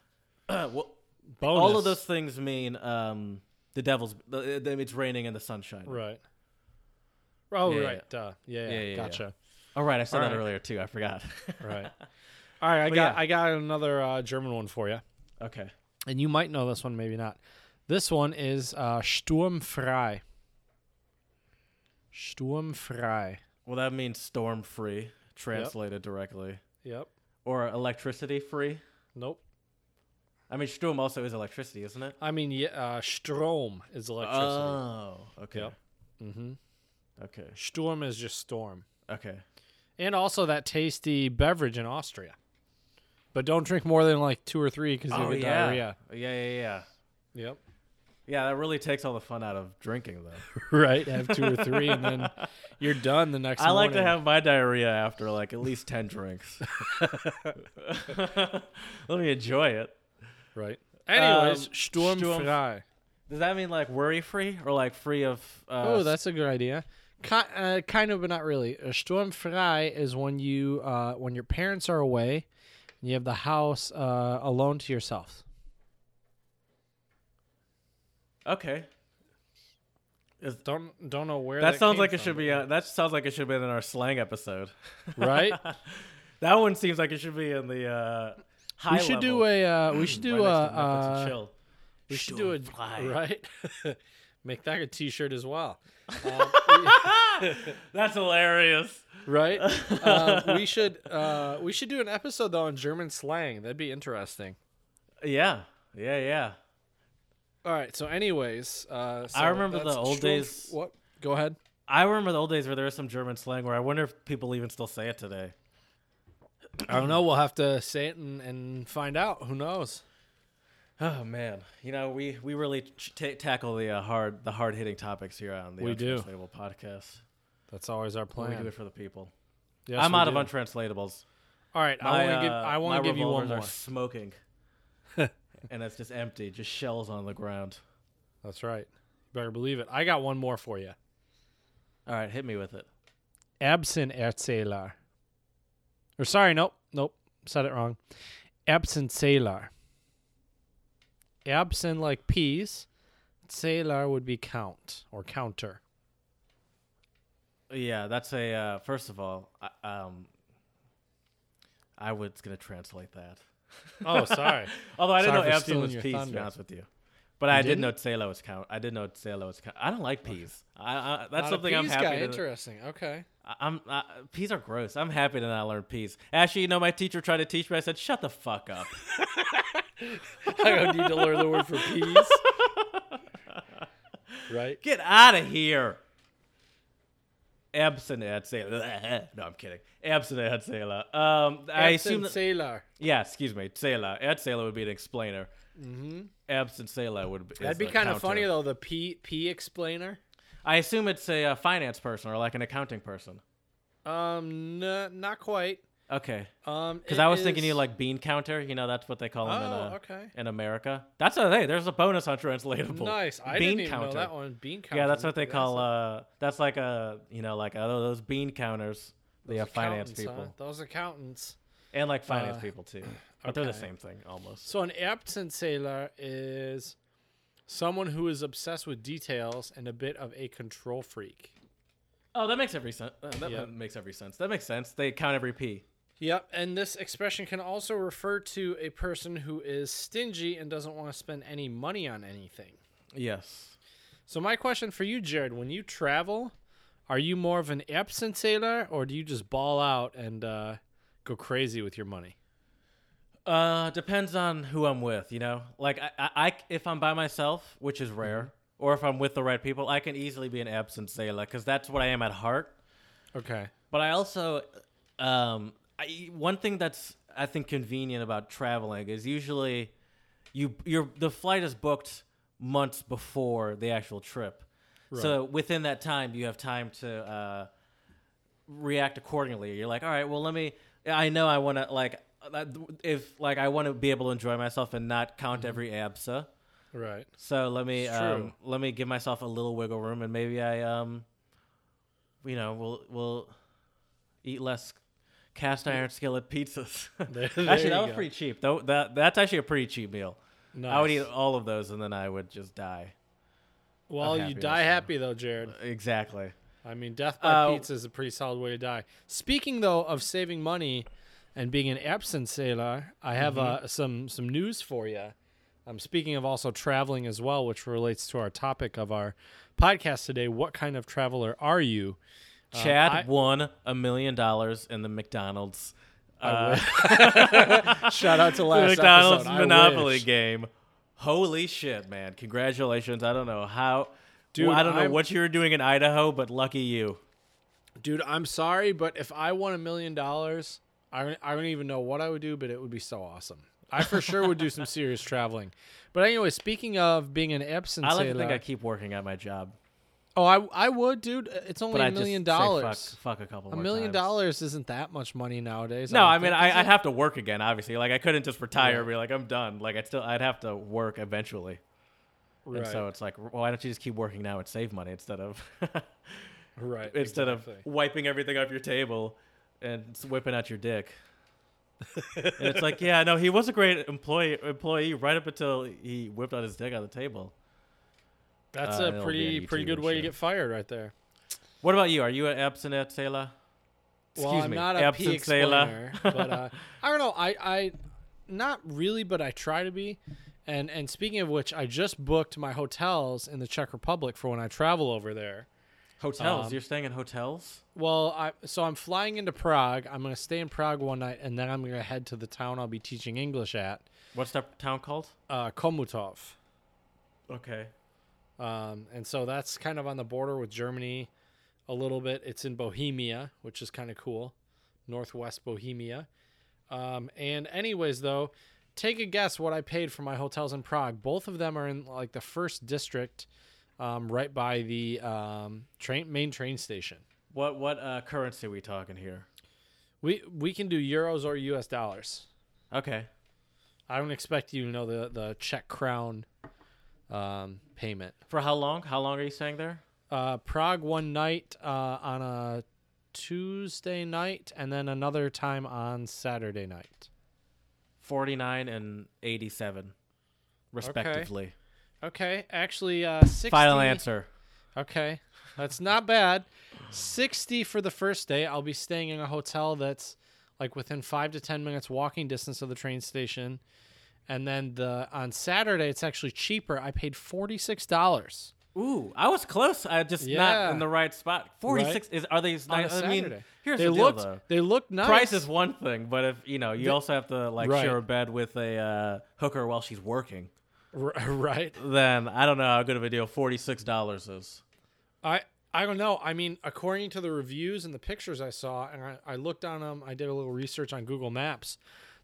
Uh-uh. Well, Bonus. all of those things mean um, the devil's. the- the- It's raining in the sunshine. Right. Oh, Yeah, right. Duh. Yeah, Yeah, yeah, yeah. gotcha. All right, I said that Alright. earlier too. I forgot. Right. All right, I But got yeah. I got another uh, German one for you, okay. and you might know this one, maybe not. This one is uh, Sturmfrei. Sturmfrei. Well, that means storm free, translated directly, Yep. or electricity free. Nope. I mean, storm also is electricity, isn't it? I mean, yeah, uh, Strom is electricity. Oh, okay. Yep. mm-hmm. Okay. Sturm is just storm, Okay. and also that tasty beverage in Austria. But don't drink more than like two or three because Oh you get yeah. diarrhea. yeah. Yeah, yeah, Yep. yeah. That really takes all the fun out of drinking, though. right. Have two or three, and then you're done the next. I like to morning. have my diarrhea after like at least ten drinks. Let me enjoy it. Right. Anyways, Um, Sturm- Sturmfrei. Does that mean like worry free or like free of? Uh, Oh, that's a good idea. Ki- uh, kind of, but not really. A Sturmfrei is when you uh, when your parents are away, and you have the house uh, alone to yourself. okay. Don't don't know where That, sounds like it should be. Uh, that sounds like it should be in our slang episode. right. That one seems like it should be in the uh, high. we should do a uh, we should do a uh, chill. we should do a Sturmfrei. right. Make that a T-shirt as well. Um, That's hilarious. right? um, we should uh, we should do an episode though on German slang. That'd be interesting. Yeah, yeah, yeah. All right. So, anyways, uh, so I remember the that's old Sturm- days- What? Go ahead. I remember the old days where there was some German slang where I wonder if people even still say it today. I don't know. We'll have to say it and, and find out. Who knows? Oh man, you know we we really ch- ta tackle the uh, hard the hard hitting topics here on the We do. Untranslatable podcast. That's always our But plan. We do it for the people. Yes, I'm we out do. of untranslatables. All right. I My, want to give. uh, I want my to give you one revolvers more. Are smoking, and it's just empty, just shells on the ground. That's right. You better believe it. I got one more for you. All right, hit me with it. Erzähler. Or sorry, nope, nope, said it wrong. Erbsenzähler. Erbsen like peas. Zähler would be count or counter. Yeah, that's a uh, first of all. I, um, I was gonna translate that, Oh, sorry. although I didn't Sorry know for empty stealing was your peas. To thunder. be honest with you, but I did didn't? know Salo was count. I did know Salo was count. I don't like peas. I, I that's Not a something I'm peas happy. guy. to, Interesting. Okay. I- I'm uh, peas are gross. I'm happy to not learn peas. Actually, you know, my teacher tried to teach me. I said, "Shut the fuck up." I don't need to learn the word for peas. right? Get out of here. Absent ad sailor. No, I'm kidding. Absent ad sailor. Um, I assume. That, Erbsenzähler. yeah, excuse me. Sailor. Ad sailor would be an explainer. absent sale would be. is Mm-hmm. That'd be the kind of counter. funny though. The P P explainer. I assume it's a uh, finance person or like an accounting person. Um, no, not quite. Okay, Um, because it I was thinking is- you like bean counter. You know, that's what they call them in, Oh, uh, okay. in America. That's a hey. There's a bonus on translatable. Nice. I bean didn't even counter. know that one. Bean counter. Yeah, that's what they That's call. a- uh, that's like a you know like uh, those bean counters. They those have finance accountants, huh? people Those accountants. and like finance Uh, people too, but they're the okay. same thing almost. So an absent sailor is someone who is obsessed with details and a bit of a control freak. Oh, that makes every sense. Uh, that Yeah. makes every sense. That makes sense. They count every p. Yep, and this expression can also refer to a person who is stingy and doesn't want to spend any money on anything. Yes. So my question for you, Jared, when you travel, are you more of an absent sailor or do you just ball out and uh, go crazy with your money? Uh, depends on who I'm with, you know. Like I, I, I if I'm by myself, which is rare, or if I'm with the right people, I can easily be an absent sailor because that's what I am at heart. Okay. But I also, um, I, one thing that's I think convenient about traveling is usually you your the flight is booked months before the actual trip, so within that time you have time to uh, react accordingly. You're like, all right, well, let me. I know I want to like uh, if like I want to be able to enjoy myself and not count every absa. Right. So let me It's true. um, let me give myself a little wiggle room, and maybe I um, you know, will will eat less cast iron skillet pizzas. There- there actually, you that was go. pretty cheap. Though that that's actually a pretty cheap meal. I would eat Nice. all of those, and then I would just die. Well, I'm you happy with die that. happy though, Jared. Exactly. I mean, death by Uh, pizza is a pretty solid way to die. Speaking though of saving money and being an absent sailor, I have Mm-hmm. uh, some some news for you. I'm speaking of also traveling as well, which relates to our topic of our podcast today. What kind of traveler are you? Chad Um, I- won a million dollars in the McDonald's uh, Shout out to the last McDonald's episode. I Monopoly wish. game. Holy shit, man! Congratulations. I don't know how. Dude, I don't know I'm- what you were doing in Idaho, but lucky you. Dude, I'm sorry, but if I won a million dollars, I don't, I don't even know what I would do, but it would be so awesome. I for sure would do some serious traveling. But anyway, speaking of being an absent I like sailor, to think I keep working at my job, oh, I I would, dude. It's only but a I million just dollars. Say fuck, fuck a couple. A more million times. dollars isn't that much money nowadays. No, don't I mean think, is I, I'd it? have to work again. Obviously, like I couldn't just retire and be like I'm done. Like I still I'd have to work eventually. And Right, so it's like, well, why don't you just keep working now and save money instead of right. instead of exactly. wiping everything off your table and s- whipping out your dick. and it's like, yeah, no, he was a great employee employee right up until he whipped out his dick on the table. that's uh, it'll be a on pretty pretty YouTube good and way to shit. get fired right there. What about you? Are you an absent at Sailor? Well, Excuse I'm me, not a P absent sailor. explainer, but uh, I don't know. I, I, not really, but I try to be. And and speaking of which, I just booked my hotels in the Czech Republic for when I travel over there. Hotels. Um, You're staying in hotels? Well, I so I'm flying into Prague. I'm gonna stay in Prague one night, and then I'm gonna head to the town I'll be teaching English at, What's that town called? uh, Komutov. Okay. Um, and so that's kind of on the border with Germany a little bit. It's in Bohemia, which is kind of cool. Northwest Bohemia. Um, and, anyways, though, take a guess what I paid for my hotels in Prague. Both of them are in like the first district, um, right by the um, train, main train station. What what uh, currency are we talking here? We, we can do euros or US dollars. Okay. I don't expect you to know the, the Czech crown um, payment. For how long? How long are you staying there? uh, Prague one night uh, on a Tuesday night, and then another time on Saturday night. Forty nine and eighty seven, respectively. Okay, actually, uh, 60, Final answer. Okay, that's not bad. Sixty for the first day. I'll be staying in a hotel that's like within five to ten minutes walking distance of the train station, and then the on Saturday it's actually cheaper. I paid forty six dollars. Ooh, I was close. I just Yeah. not in the right spot. Forty six is are these? On Nice? a I mean, Saturday. here's they the deal looked though. they looked nice. Price is one thing, but if you know, you also have to like Right. share a bed with a uh, hooker while she's working. R- right. Then I don't know how good of a deal forty six dollars is. I I don't know. I mean, according to the reviews and the pictures I saw, and I, I looked on them, I did a little research on Google Maps.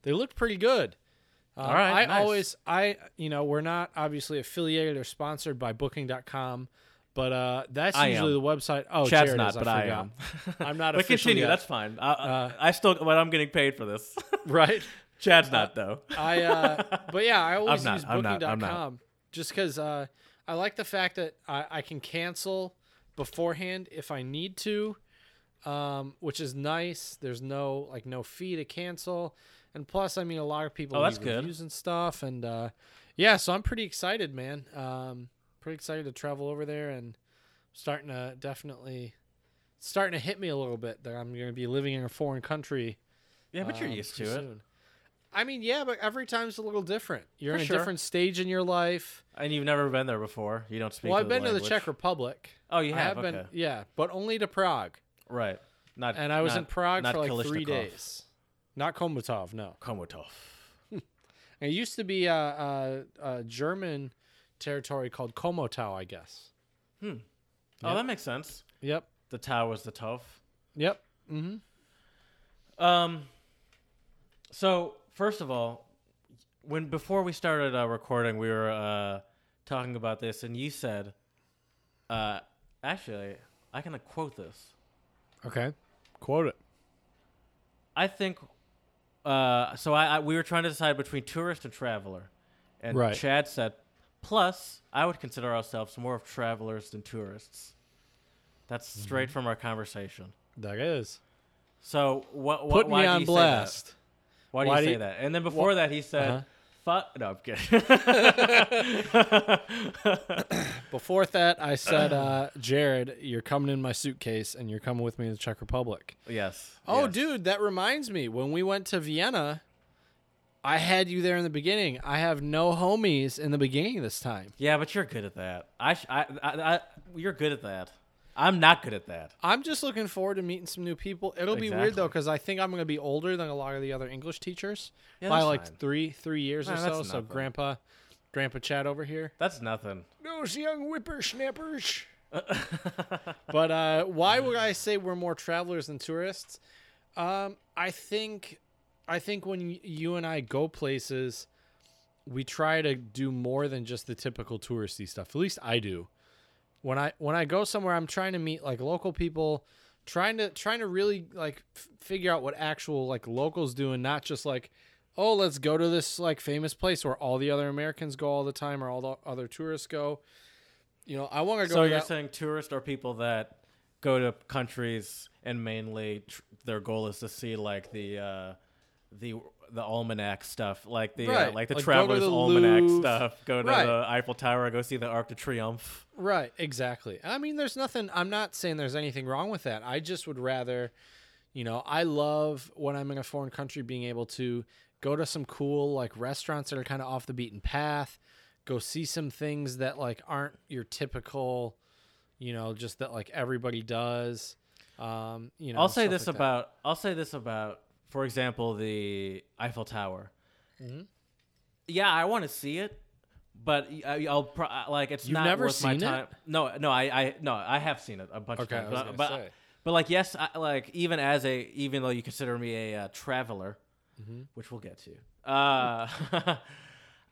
They looked pretty good. Um, All right, I nice. always, I, you know, we're not obviously affiliated or sponsored by Booking.com, but uh, that's I usually am. the website. Oh, Chad's Jared not, is, but I, I forgot. am. I'm not But official continue. yet. That's fine. I, I, I still, but I'm getting paid for this. right. Chad's not though. I, uh, but yeah, I always not, use I'm not, I'm Booking.com not. just because uh, I like the fact that I, I can cancel beforehand if I need to, um, which is nice. There's no like no fee to cancel, and plus, I mean, a lot of people Oh, leave that's good. reviews and stuff, and uh, yeah, so I'm pretty excited, man. Um, pretty excited to travel over there and starting to definitely starting to hit me a little bit that I'm going to be living in a foreign country Yeah, but you're um, used to pretty it. soon. I mean, yeah, but every time's a little different. You're For in a sure. different stage in your life. And you've never been there before. You don't speak. well, the I've been to language. the Czech Republic. Oh, you I have. have okay. been, yeah, but only to Prague. Right. Not. And I was not- in Prague not for like three Kalishnikov. days. Not Komatov, no. Komotov. It used to be a, uh uh German territory called Komotau, I guess. Oh, that makes sense. Yep, The Tau was the Tov. yep. Mm-hmm. Um. So first of all, when before we started uh, recording, we were uh, talking about this, and you said, uh, "Actually, I can quote this. Okay, quote it. I think." Uh, so I, I we were trying to decide between tourist and traveler, and Right. Chad said, "Plus, I would consider ourselves more of travelers than tourists." That's Mm-hmm. straight from our conversation. That is. So what? Put why me do on you say that? blast. Why do Why you do say you- Uh-huh. that? And then before that, he said, "Fuck." No, I'm kidding. Before that, I said, uh, Jared, you're coming in my suitcase and you're coming with me to the Czech Republic. yes. Oh, yes. dude, that reminds me. When we went to Vienna, I had you there in the beginning. I have no homies in the beginning this time. Yeah, but you're good at that. I, sh- I, I, I, you're good at that. I'm not good at that. I'm just looking forward to meeting some new people. It'll be weird though Exactly. because I think I'm going to be older than a lot of the other English teachers Yeah, by that's like fine. three three years or Nah, so. that's So nothing. grandpa, grandpa Chad over here. That's nothing. Those young whippersnappers. but uh, why would I say we're more travelers than tourists? Um, I think, I think when y- you and I go places, we try to do more than just the typical touristy stuff. At least I do. When I when I go somewhere, I'm trying to meet like local people, trying to trying to really like f- figure out what actual like locals do, and not just like, oh, let's go to this like famous place where all the other Americans go all the time, or all the other tourists go. You know, I want to go. So to you're that- saying tourists are people that go to countries and mainly tr- their goal is to see like the, uh, the the almanac stuff, like the uh, Right. like the Like, go to traveler's the almanac Louvre. stuff. Go to Right. the Eiffel Tower, go see the Arc de Triomphe. Right, exactly. I mean, there's nothing, I'm not saying there's anything wrong with that. I just would rather, you know, I love when I'm in a foreign country being able to go to some cool, like, restaurants that are kind of off the beaten path, go see some things that, like, aren't your typical, you know, just that, like, everybody does. Um, you know, I'll say stuff this like that. about I'll say this about for example the Eiffel Tower. Mm-hmm. Yeah, I want to see it, but I, I'll pro- like it's You've not never worth seen it? my time. No, no, I, I no, I have seen it a bunch Okay, I of times. was but gonna but, say. but, like yes, I, like even as a even though you consider me a uh, traveler, Mm-hmm. which we'll get to. Uh,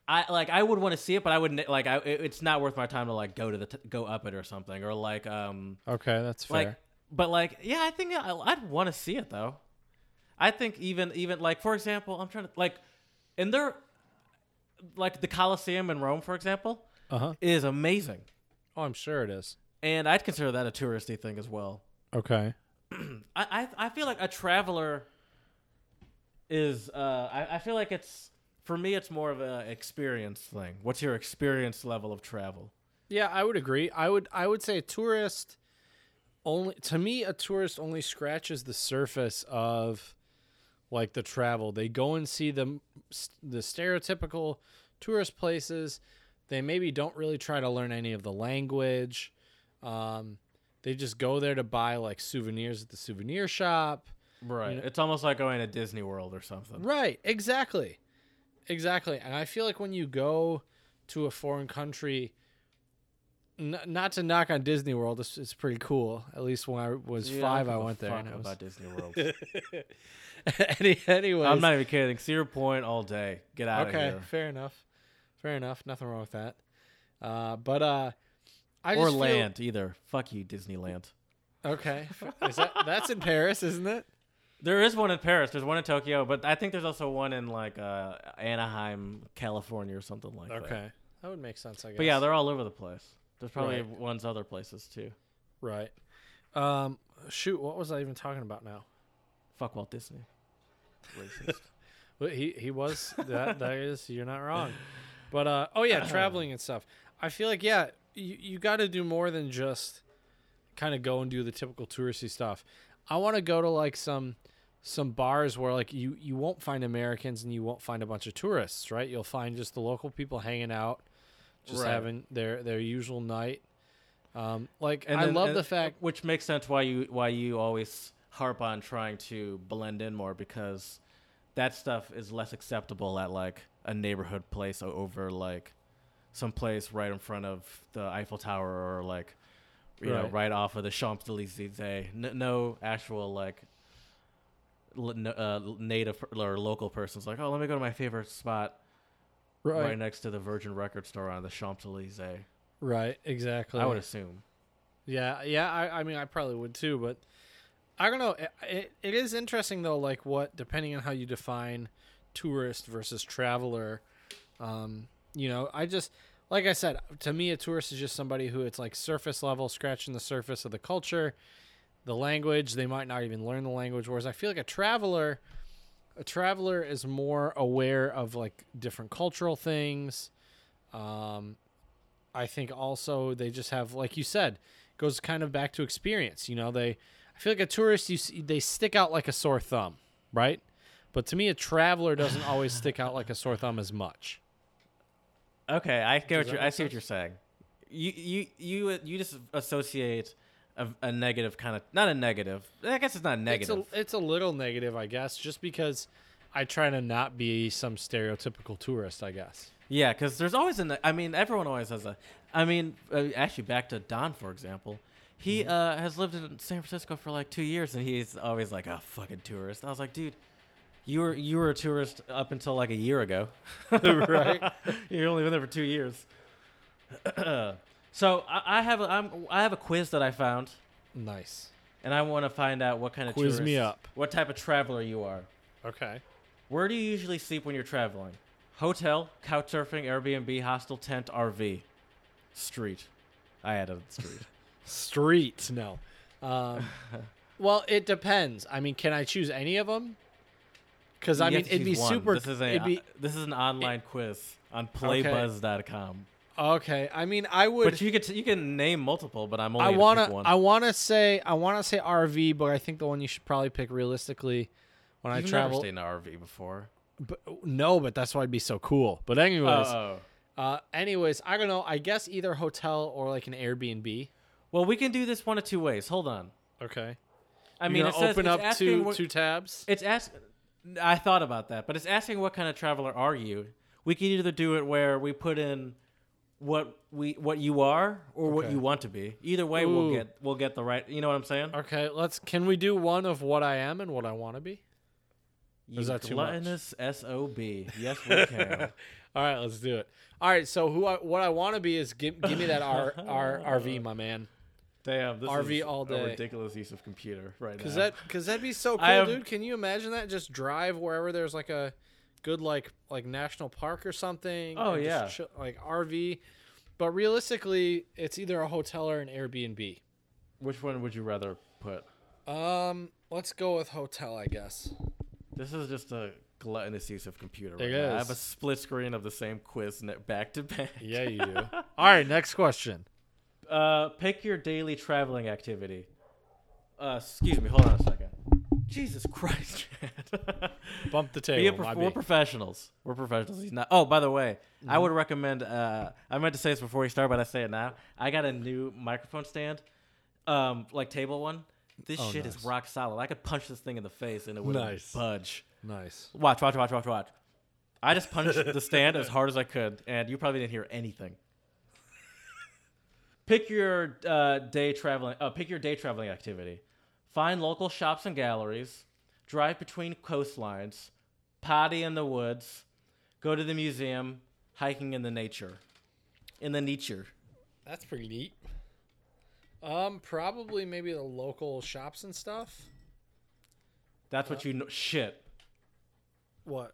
I like I would want to see it, but I wouldn't like I. it- it's not worth my time to like go to the t- go up it or something or like um Okay, that's fair. like but like yeah i think I, i'd want to see it though i think even even like for example i'm trying to like in there like the colosseum in rome for example uh huh. is amazing Oh, I'm sure it is. and i'd consider that a touristy thing as well Okay. i i, I feel like a traveler is uh I, I feel like it's for me it's more of a experience thing what's your experience level of travel Yeah, I would agree. I would I would say a tourist only to me a tourist only scratches the surface of like the travel. They go and see the the stereotypical tourist places. They maybe don't really try to learn any of the language. Um, they just go there to buy like souvenirs at the souvenir shop. right it's almost like going to disney world or something Right, exactly. Exactly. And I feel like when you go to a foreign country, n- not to knock on Disney World, it's, it's pretty cool. At least when I was Dude, five, don't I give a went there. fuck And it was, about Disney World. any, anyways, I'm not even kidding. Cedar Point all day. Get out okay. of here. Fair enough. Fair enough. Nothing wrong with that. Uh, but uh, I or just feel- land either. Fuck you, Disneyland. okay, Is that, that's in Paris, isn't it? There is one in Paris. There's one in Tokyo, but I think there's also one in like uh, Anaheim, California, or something like that. Okay, that would make sense. I guess. But yeah, they're all over the place. There's probably Right. ones other places too. right. Um, shoot, what was I even talking about now? Fuck Walt Disney. Racist. Well, he he was that that is you're not wrong, but uh oh yeah, traveling and stuff. I feel like yeah, you you got to do more than just kind of go and do the typical touristy stuff. I want to go to like some some bars where like you you won't find Americans and you won't find a bunch of tourists, right? You'll find just the local people hanging out, just Right. having their their usual night. Um, like And I then- love and- the fact which makes sense why you why you always harp on trying to blend in more because that stuff is less acceptable at like a neighborhood place o- over like some place right in front of the Eiffel Tower or like you know Right. right off of the Champs Elysees. N- no actual like l- no, uh, native per- or local person's like oh let me go to my favorite spot right, right next to the Virgin Record store on the Champs Elysees. right exactly. I would assume. Yeah, yeah. I, I mean, I probably would too, but I don't know. It, it, it is interesting though, like what depending on how you define tourist versus traveler. Um, you know, I just like I said to me, a tourist is just somebody who it's like surface level, scratching the surface of the culture, the language. They might not even learn the language. Whereas I feel like a traveler, a traveler is more aware of like different cultural things. Um, I think also they just have, like you said, goes kind of back to experience. You know, they, I feel like a tourist, you see, they stick out like a sore thumb, right? But to me, a traveler doesn't always stick out like a sore thumb as much. Okay, I get what that you're, make I see what you're saying. You you you you just associate a, a negative kind of not a negative. I guess it's not negative. It's a, it's a little negative, I guess, just because I try to not be some stereotypical tourist, I guess. yeah, because there's always a. ne- I mean, everyone always has a. I mean, uh, actually, back to Don for example. Mm-hmm. He uh, has lived in San Francisco for like two years, and he's always like a fucking tourist. I was like, dude, you were you were a tourist up until like a year ago, right? you only been there for two years. so I, I have a, I'm, I have a quiz that I found. Nice. and I want to find out what kind of Quiz me tourist- up. What type of traveler you are? Okay. Where do you usually sleep when you're traveling? Hotel, couch surfing, Airbnb, hostel, tent, RV, street. I added street. Street, no. Um, well, it depends. I mean, can I choose any of them? Because I You mean, have to it'd be choose one. super. This is a uh, it'd be this is an online quiz on playbuzz.com. okay. I mean, I would. But you could you can name multiple, but I'm only I gonna want pick to. one. I want to say. I want to say RV, but I think the one you should probably pick realistically when You've I never travel. stayed in an RV before. but, no, but that's why it'd be so cool. But anyways, Oh. uh, anyways, I don't know. I guess either hotel or like an Airbnb. Well, we can do this one of two ways. Hold on. Okay. I I mean, mean, it says, open it's up asking two what- two tabs. It's ask. I thought about that, but it's asking what kind of traveler are you. We can either do it where we put in what we what you are or what Okay. you want to be. Either way, Ooh. we'll get we'll get the right. You know what I'm saying? Okay, let's. Can we do one of what I am and what I want to be? You is that too much? gluttonous sob? Yes, we can. All right, let's do it. All right, so who I, what I want to be is give, give me that R, R, RV, my man, Damn, this RV is all a day. ridiculous use of computer right because now. that because that'd be so cool, I have- dude. Can you imagine that? Just drive wherever there's like a good like like national park or something. Oh, and just yeah. chill- like RV. But realistically, it's either a hotel or an Airbnb. Which one would you rather put? Um, let's go with hotel, I guess. This is just a gluttonous use of computer. Right It now. I is. have a split screen of the same quiz ne- back to back. Yeah, you do. All right, next question. Uh, pick your daily traveling activity. Uh, excuse me, hold on a second. Jesus Christ, Chad. Bump the Be a table. prof- my we're B. professionals. We're professionals. He's not. Oh, by the way, I Mm-hmm. would recommend. Uh, I meant to say this before we start, but I say it now. I got a new microphone stand, um, like table one. This Oh, shit nice. is rock solid. I could punch this thing in the face and it wouldn't Nice. budge. nice. Watch, watch, watch, watch, watch. I just punched the stand as hard as I could, and you probably didn't hear anything. Pick your uh, day traveling. Uh, pick your day traveling activity. Find local shops and galleries. Drive between coastlines. Potty in the woods. Go to the museum. Hiking in the nature. In the nature. That's pretty neat. Um, probably maybe the local shops and stuff. That's what you know. Shit. What?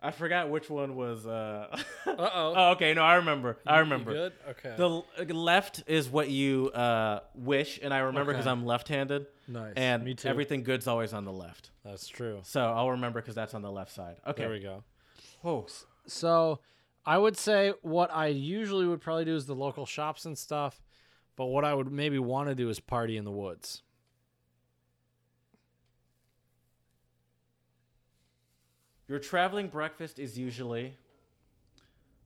I forgot which one was. Uh... Uh-oh. oh, okay. No, I remember. I remember. You good? Okay. The l- uh, left is what you uh, wish, and I remember because Okay. I'm left-handed. Nice. And Me too. everything good's always on the left, That's true. so I'll remember because that's on the left side. Okay. There we go. Oh, So I would say what I usually would probably do is the local shops and stuff, but what I would maybe want to do is party in the woods. your traveling breakfast is usually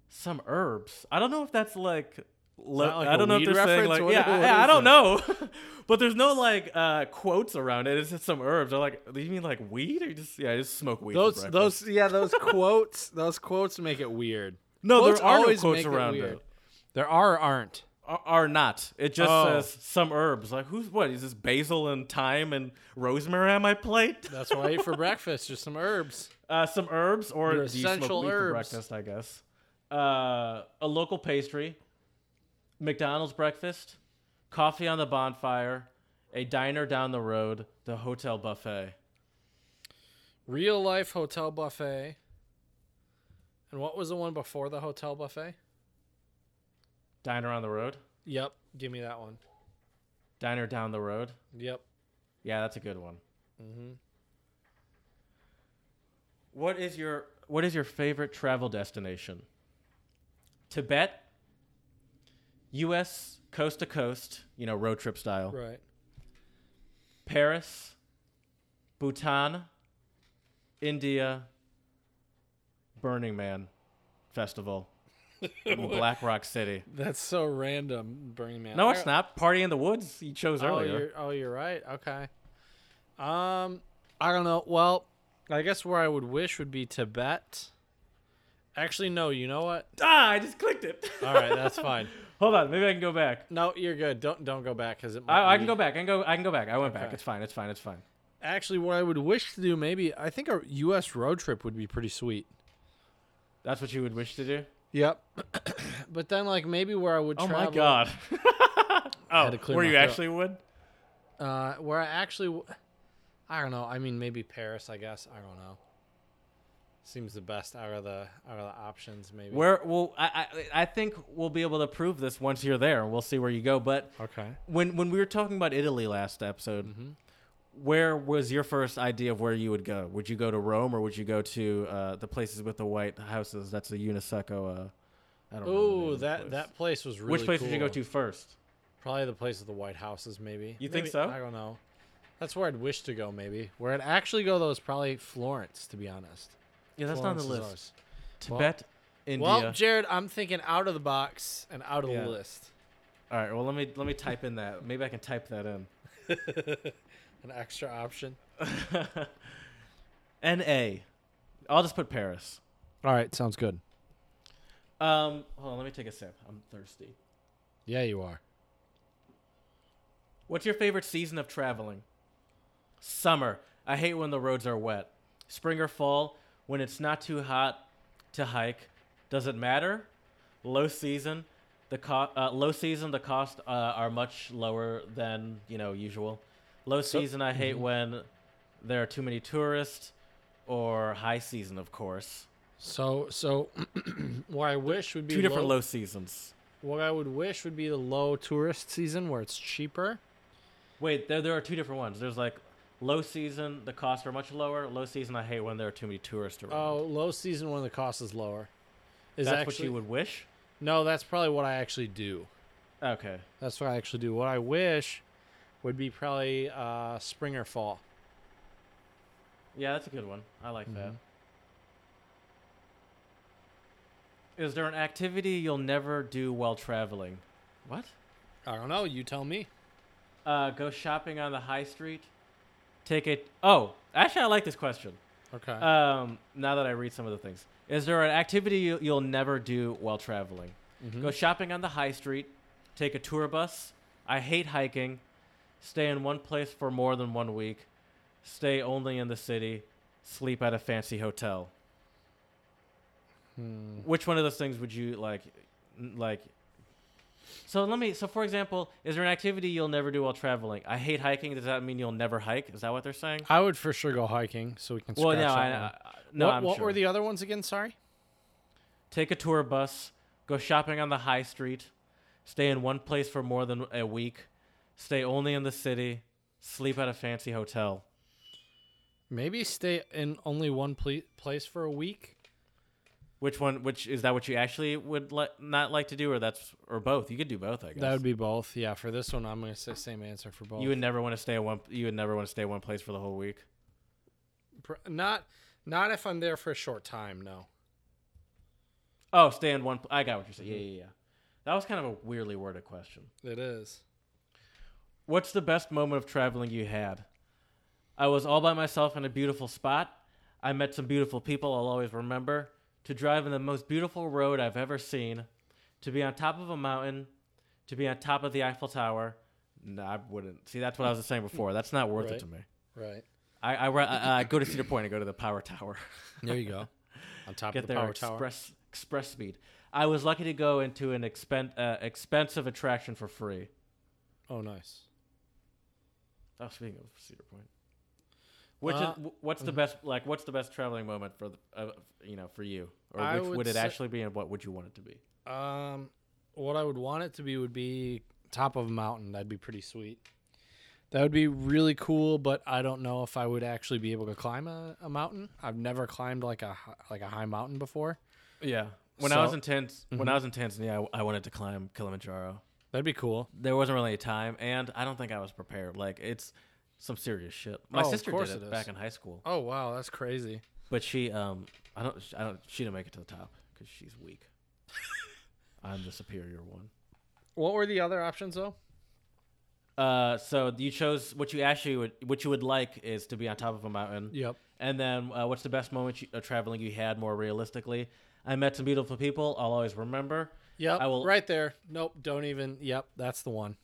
some herbs. I don't know if that's like. lo- that like I a don't know if weed they're saying reference? like What- yeah, what yeah, I is don't know, but there's no like uh, quotes around it. It's just some herbs. They're like, do you mean like weed or you just yeah, I just smoke weed. for Those breakfast." those yeah, those quotes, those quotes make it weird. no, quotes there are no always quotes make it around weird. it. There are or aren't. are, are not. It just Oh. says some herbs. Like who's what? Is this basil and thyme and rosemary on my plate? That's what I ate for breakfast. Just some herbs. Uh, some herbs or Your do you smoke essential weed for herbs. breakfast? I guess. Uh, a local pastry, McDonald's breakfast, coffee on the bonfire, a diner down the road, the hotel buffet. Real life hotel buffet. And what was the one before the hotel buffet? Diner on the road, Yep. Give me that one. diner down the road. Yep. Yeah, that's a good one. Mm-hmm. What is your What is your favorite travel destination? Tibet, U.S. coast to coast, you know, road trip style. Right. Paris, Bhutan, India, Burning Man festival, in Black Rock City. That's so random, Burning Man. No, All it's right. not. Party in the Woods. You chose Oh, earlier. you're, oh, you're right. Okay. Um, I don't know. Well, I guess where I would wish would be Tibet. Actually, no. You know what? Ah, I just clicked it. All right, that's fine. Hold on, maybe I can go back. No, you're good. Don't don't go back because it. Might I, I can be- go back. I can go. I can go back. I went back. Okay. It's fine. It's fine. It's fine. Actually, what I would wish to do, maybe I think a U.S. road trip would be pretty sweet. That's what you would wish to do. Yep. but then, like maybe where I would. Oh travel, my god. oh, to clear where my you throat. actually would? Uh, where I actually, w- I don't know. I mean, maybe Paris. I guess I don't know. Seems the best out of the out of the options. Maybe. Where? Well, I, I I think we'll be able to prove this once you're there. We'll see where you go. But Okay. when when we were talking about Italy last episode, Mm-hmm. where was your first idea of where you would go? Would you go to Rome or would you go to uh, the places with the white houses? That's a Uniseco. Uh, I don't remember the name Ooh, of the that place. that place was really. Which place would you go cool. to first? Probably the place with the White Houses, maybe. You think Maybe- so? I don't know. That's where I'd wish to go, maybe. Where I'd actually go though is probably Florence, to be honest. Yeah, that's Florence not on the is list. ours. Tibet, India. Well, Jared, I'm thinking out of the box and out of Yeah. the list. All right. Well, let me let me type in that. Maybe I can type that in. An extra option. N A. I'll just put Paris. All right, sounds good. Um, hold on. Let me take a sip. I'm thirsty. Yeah, you are. What's your favorite season of traveling? Summer. I hate when the roads are wet. Spring or fall, when it's not too hot to hike. Does it matter? Low season. The co- uh, low season. The costs uh, are much lower than you know usual. Low season. I hate when there are too many tourists. Or high season, of course. So, so what I wish would be Two different low, low seasons. What I would wish would be the low tourist season where it's cheaper. Wait, there, there are two different ones. There's like low season. The costs are much lower. Low season. I hate when there are too many tourists around. Oh, low season when the cost is lower. Is That's actually what you would wish. no. That's probably what I actually do. Okay. That's what I actually do. What I wish would be probably uh, spring or fall. Yeah, that's a good one. I like that. Is there an activity you'll never do while traveling? What? I don't know. You tell me. Uh, go shopping on the high street. Take a Oh, actually, I like this question. Okay. Um, now that I read some of the things, Mm-hmm. is there an activity you, you'll never do while traveling? Go shopping on the high street, take a tour bus. I hate hiking. Stay in one place for more than one week. Stay only in the city. Sleep at a fancy hotel. Hmm. Which one of those things would you like? n- Like, so let me. So for example, is there an activity you'll never do while traveling? I hate hiking. Does that mean you'll never hike? Is that what they're saying? I would for sure go hiking, so we can. Well, scratch no, that I, one. I, no. what I'm what sure. were the other ones again? Sorry. take a tour bus, go shopping on the high street, stay in one place for more than a week, stay only in the city, sleep at a fancy hotel. Maybe stay in only one ple- place for a week. Which one? Which is that? What you actually would li- not like to do, or that's or both? You could do both, I guess. That would be both. Yeah, for this one, I'm gonna say same answer for both. you would never want to stay in one. You would never want to stay in one place for the whole week. Pr- not not if I'm there for a short time. No. Oh, stay in one. Pl- I got what you're saying. Mm-hmm. Yeah, yeah, yeah. That was kind of a weirdly worded question. It is. What's the best moment of traveling you had? I was all by myself in a beautiful spot. I met some beautiful people I'll always remember. To drive on the most beautiful road I've ever seen. To be on top of a mountain. To be on top of the Eiffel Tower. No, I wouldn't. See, that's what I was saying before. That's not worth it Right. to me. Right. I, I, ra- I, I go to Cedar Point and go to the Power Tower. There you go. On top Get of the there power tower. express express speed. I was lucky to go into an expen- uh, expensive attraction for free. Oh, nice. Oh, speaking of Cedar Point, which Uh, is, wh- what's the best like? What's the best traveling moment for the, uh, you know for you, or I which would, would it say- actually be, and what would you want it to be? Um, what I would want it to be would be top of a mountain. That'd be pretty sweet. That would be really cool, but I don't know if I would actually be able to climb a, a mountain. I've never climbed like a hi- like a high mountain before. Yeah, when I was So- in Tanz- when I was in Tanzania, I, I wanted to climb Kilimanjaro. That'd be cool. There wasn't really a time, and I don't think I was prepared. Like it's some serious shit. My Oh, of sister did course it it, is. back in high school, Oh wow, that's crazy. but she um I don't I don't she didn't make it to the top because she's weak. I'm the superior one. What were the other options though? Uh, so you chose what you actually would what you would like is to be on top of a mountain. Yep. And then, uh, what's the best moment you, of traveling you had more realistically? I met some beautiful people I'll always remember. Yep. I will- Right there. Nope. Don't even. Yep. That's the one.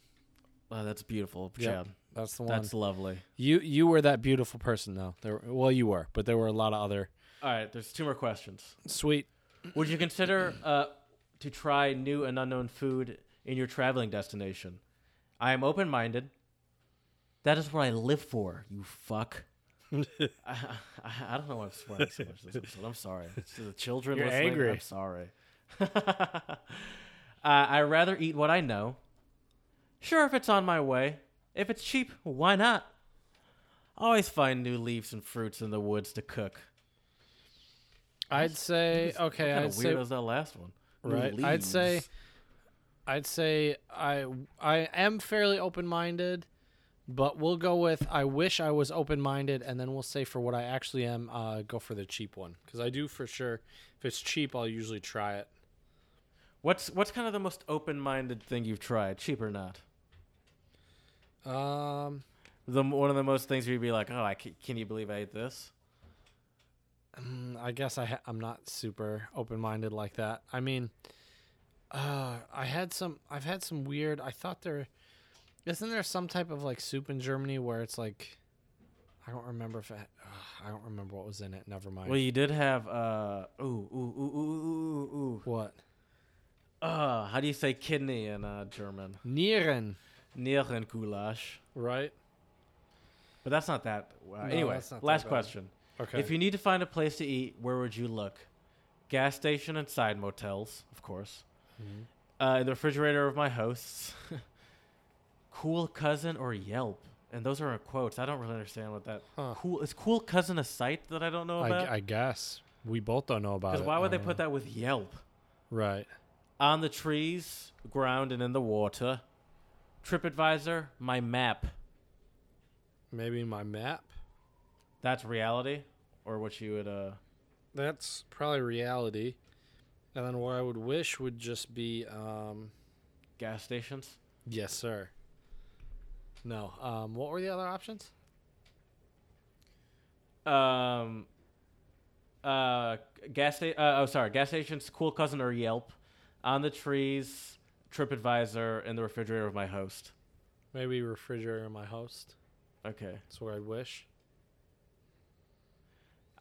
Oh, that's beautiful, Yep, Chad. That's the one. That's lovely. You you were that beautiful person though. There. Well, you were, but there were a lot of other All right, there's two more questions. sweet. Would you consider uh, to try new and unknown food in your traveling destination? I am open minded. That is what I live for, you fuck. I, I, I don't know why I'm swearing so much this episode. I'm sorry. It's the children You're listening. angry. I'm sorry. uh, I rather eat what I know. Sure, if it's on my way. If it's cheap, why not? Always find new leaves and fruits in the woods to cook. I'd say okay. What kind I'd of weird say was that last one? New right. I'd say leaves. I'd say I I am fairly open minded, but we'll go with I wish I was open minded, and then we'll say for what I actually am, uh, go for the cheap one because I do for sure. If it's cheap, I'll usually try it. What's what's kind of the most open-minded thing you've tried, cheap or not? Um, The one of the most things where you'd be like, oh, I ca- can you believe I ate this? mm, I guess I ha- I'm not super open minded like that. I mean, uh, I had some. I've had some weird. I thought there. Isn't there some type of like soup in Germany where it's like, I don't remember if it, ugh, I don't remember what was in it. Never mind. Well, you did have uh, ooh, ooh, ooh, ooh, ooh, ooh, ooh. what? Uh, how do you say kidney in uh, German? Nieren, Nierengulasch. right? But that's not that. Uh, No, anyway, that's not that last bad. question. Okay. If you need to find a place to eat, where would you look? Gas station and side motels, of course. Mm-hmm. Uh, in the refrigerator of my hosts. cool cousin or Yelp. And those are in quotes. I don't really understand what that. Huh. Cool is cool cousin a site that I don't know I, about. I guess we both don't know about Because it. why would I they don't put know. that with Yelp? Right. On the trees, ground, and in the water. TripAdvisor, my map. Maybe my map. That's reality, or what you would. uh That's probably reality. And then what I would wish would just be, um, Gas stations. yes, sir. No. Um, what were the other options? um, uh, gas station. Uh, oh, sorry, gas stations. Cool cousin or Yelp, on the trees, TripAdvisor in the refrigerator of my host. Maybe refrigerator my host. Okay. That's where I'd wish.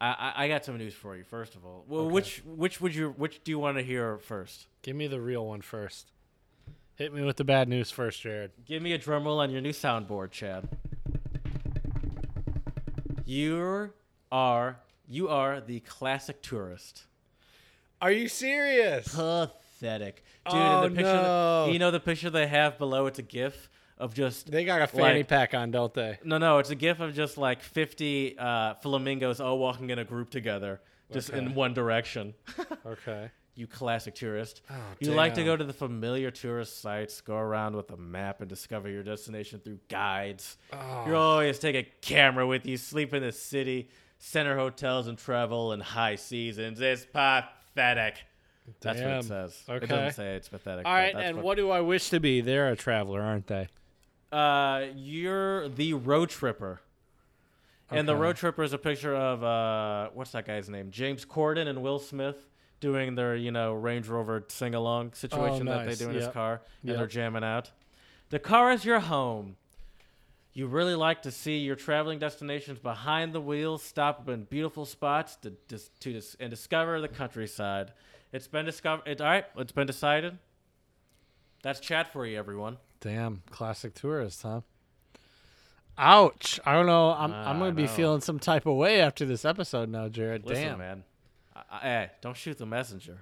I, I, I got some news for you. First of all, well, which which would you which do you want to hear first? Give me the real one first. Hit me with the bad news first, Jared. Give me a drum roll on your new soundboard, Chad. You are you are the classic tourist. Are you serious? Pathetic, dude. Oh, and the picture, no. you know the picture they have below. It's a GIF of just They got a fanny Like- pack on, don't they? no, no. It's a GIF of just like fifty uh, flamingos all walking in a group together, just Okay. in one direction. Okay. you classic tourist. Oh, you like to damn. go to the familiar tourist sites, go around with a map, and discover your destination through guides. Oh. You always take a camera with you, sleep in the city, center hotels, and travel in high seasons. It's pathetic. That's what Damn. it says. It Okay. doesn't say it's pathetic. All but right, that's and what do I wish to be? They're a traveler, aren't they? Uh, you're the road tripper. And the Okay. road tripper is a picture of uh, what's that guy's name? James Corden and Will Smith doing their you know Range Rover sing along situation that Oh, nice. they do in his Yep. car, and they're Yep. jamming out. The car is your home. You really like to see your traveling destinations behind the wheel, stop in beautiful spots to, dis to dis- and discover the countryside. It's been discovered. It, all right, it's been decided. That's chat for you, everyone. Damn, classic tourist, huh? Ouch! I don't know. I'm I'm I gonna be know. feeling some type of way after this episode now, Jared. Listen, Damn. man. I, I, hey, don't shoot the messenger.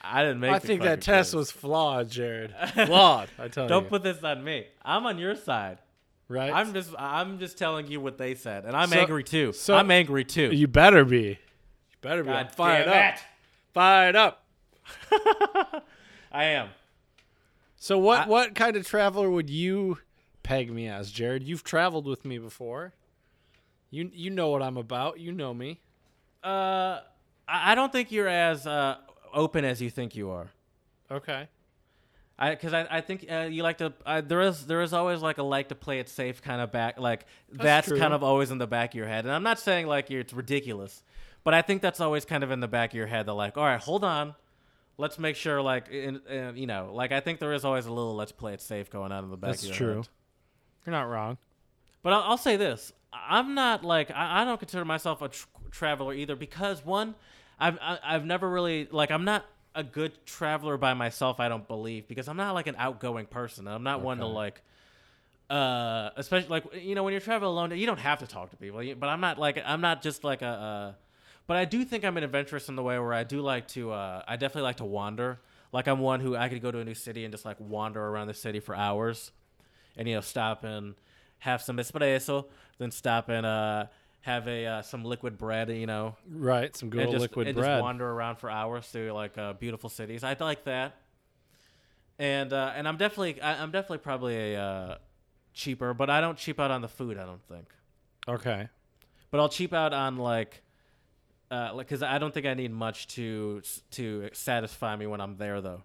I didn't make. I the think that fucking test quiz. was flawed, Jared. flawed. I tell Don't you. put this on me. I'm on your side. right. I'm just. I'm just telling you what they said, and I'm So- angry too. so- I'm angry too. you better be. You better be. God I'm fired damn up. Fired up. it. I am. So what what kind of traveler would you peg me as, Jared? You've traveled with me before. You you know what I'm about. You know me. Uh, I, I don't think you're as uh, open as you think you are. Okay. I because I, I think uh, you like to uh, there is there is always like a like to play it safe kind of back like that's, true. kind of always in the back of your head and I'm not saying like you're, it's ridiculous but I think that's always kind of in the back of your head that like all right hold on let's make sure like in, in, you know like I think there is always a little let's play it safe going on in the back That's of your true. head. You're not wrong. But I'll, I'll say this: I- I'm not like I, I don't consider myself a tr- traveler either because one, I've I, I've never really like I'm not a good traveler by myself. I don't believe because I'm not like an outgoing person. I'm not one to Okay. like. Uh, especially like you know when you're traveling alone, you don't have to talk to people. you- But I'm not like I'm not just like a, uh, but I do think I'm an adventurous in the way where I do like to. Uh, I definitely like to wander. Like I'm one who I could go to a new city and just like wander around the city for hours and you know stop and have some espresso, then stop and uh, have a uh, some liquid bread, you know, Right. Some good and old just, liquid and bread. just wander around for hours through like uh, beautiful cities. I like that, and uh, and I'm definitely I, I'm definitely probably a uh, cheaper, but I don't cheap out on the food. I don't think, okay. but I'll cheap out on like. Uh, like, cause I don't think I need much to to satisfy me when I'm there, though.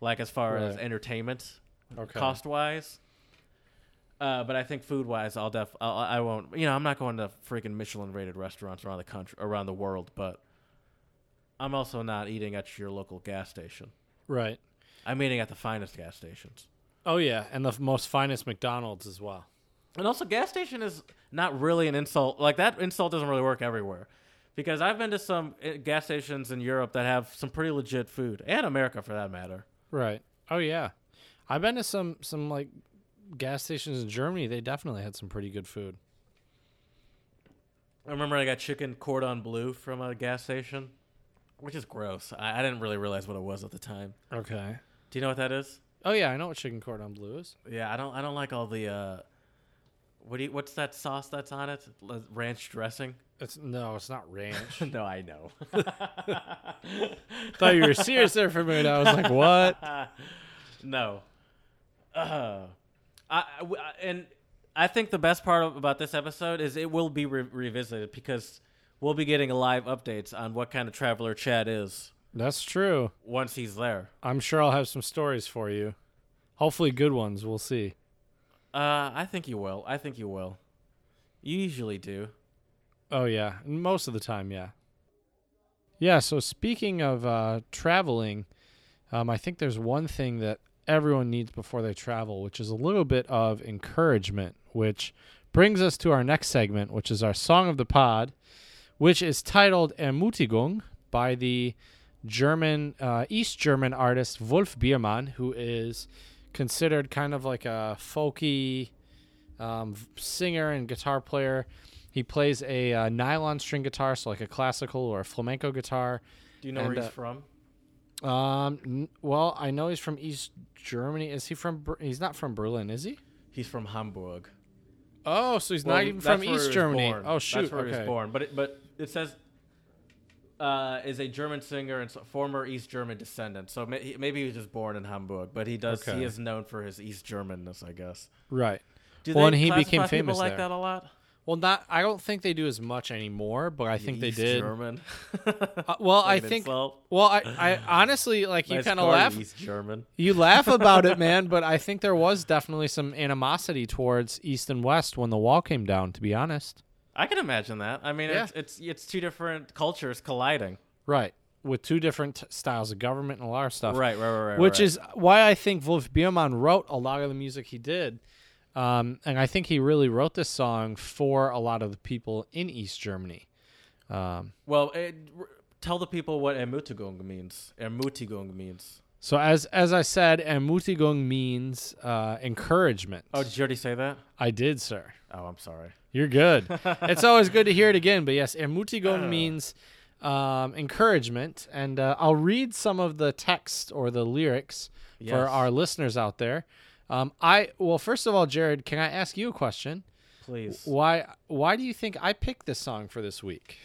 Like as far as Right. entertainment, Okay. cost wise. Uh, but I think food wise, I'll def I'll, I won't. You know, I'm not going to freaking Michelin rated restaurants around the country, around the world. But I'm also not eating at your local gas station. Right. I'm eating at the finest gas stations. Oh yeah, and the f- most finest McDonald's as well. And also, gas station is not really an insult. Like that insult doesn't really work everywhere, because I've been to some uh, gas stations in Europe that have some pretty legit food, and America for that matter. Right. Oh yeah. I've been to some some like gas stations in Germany. They definitely had some pretty good food. I remember I got chicken cordon bleu from a gas station, which is gross. I, I didn't really realize what it was at the time. Okay. Do you know what that is? Oh yeah, I know what chicken cordon bleu is. Yeah, I don't. I don't like all the. Uh, what do you, What's that sauce that's on it? L- Ranch dressing? It's no, it's not ranch. no, I know. Thought you were serious there for a minute. I was like, what? no. Uh, I, I- w- I- and I think the best part of- about this episode is it will be re- revisited because we'll be getting live updates on what kind of traveler Chad is That's true. once he's there. I'm sure I'll have some stories for you. Hopefully, good ones. We'll see. Uh, I think you will. I think you will. You usually do. Oh yeah, most of the time, yeah. Yeah. So speaking of uh, traveling, Um, I think there's one thing that everyone needs before they travel, which is a little bit of encouragement, which brings us to our next segment, which is our song of the pod, which is titled Ermutigung by the German, uh, East German artist Wolf Biermann, who is considered kind of like a folky um, v- singer and guitar player. He plays a uh, nylon string guitar, so like a classical or a flamenco guitar. Do you know And, where he's uh, from? Um. n- Well, I know he's from East Germany. Is he from? Ber- He's not from Berlin, is he? He's from Hamburg. Oh, so he's Well, not even that's from where he East was Germany. born. Oh shoot. That's where he okay. was born. But it, but it says uh, is a German singer and so- former East German descendant. So may, he- maybe he was just born in Hamburg, but he does Okay. he is known for his East Germanness, I guess. Right. Do Well, they and he classify became people famous like there. that a lot. Well, not. I don't think they do as much anymore, but I think they East did. German. Uh, well, I Like an think. insult. Well, I, I honestly like you Nice kind of car, laugh. East German. You laugh about it, man, but I think there was definitely some animosity towards East and West when the wall came down. To be honest. I can imagine that. I mean, Yeah. it's, it's it's two different cultures colliding. Right. With two different styles of government and a lot of stuff. Right, right, right, right. which right. is why I think Wolf Biermann wrote a lot of the music he did. Um, and I think he really wrote this song for a lot of the people in East Germany. Um, well, it, r- tell the people what Ermutigung means. Ermutigung means. so as as I said, Ermutigung means uh, encouragement. Oh, did you already say that? I did, sir. Oh, I'm sorry. You're good. it's always good to hear it again. But yes, Oh. Ermutigung means um, encouragement. And uh, I'll read some of the text or the lyrics for Yes. our listeners out there. Um, I well, first of all, Jared, can I ask you a question? Please. Why why do you think I picked this song for this week?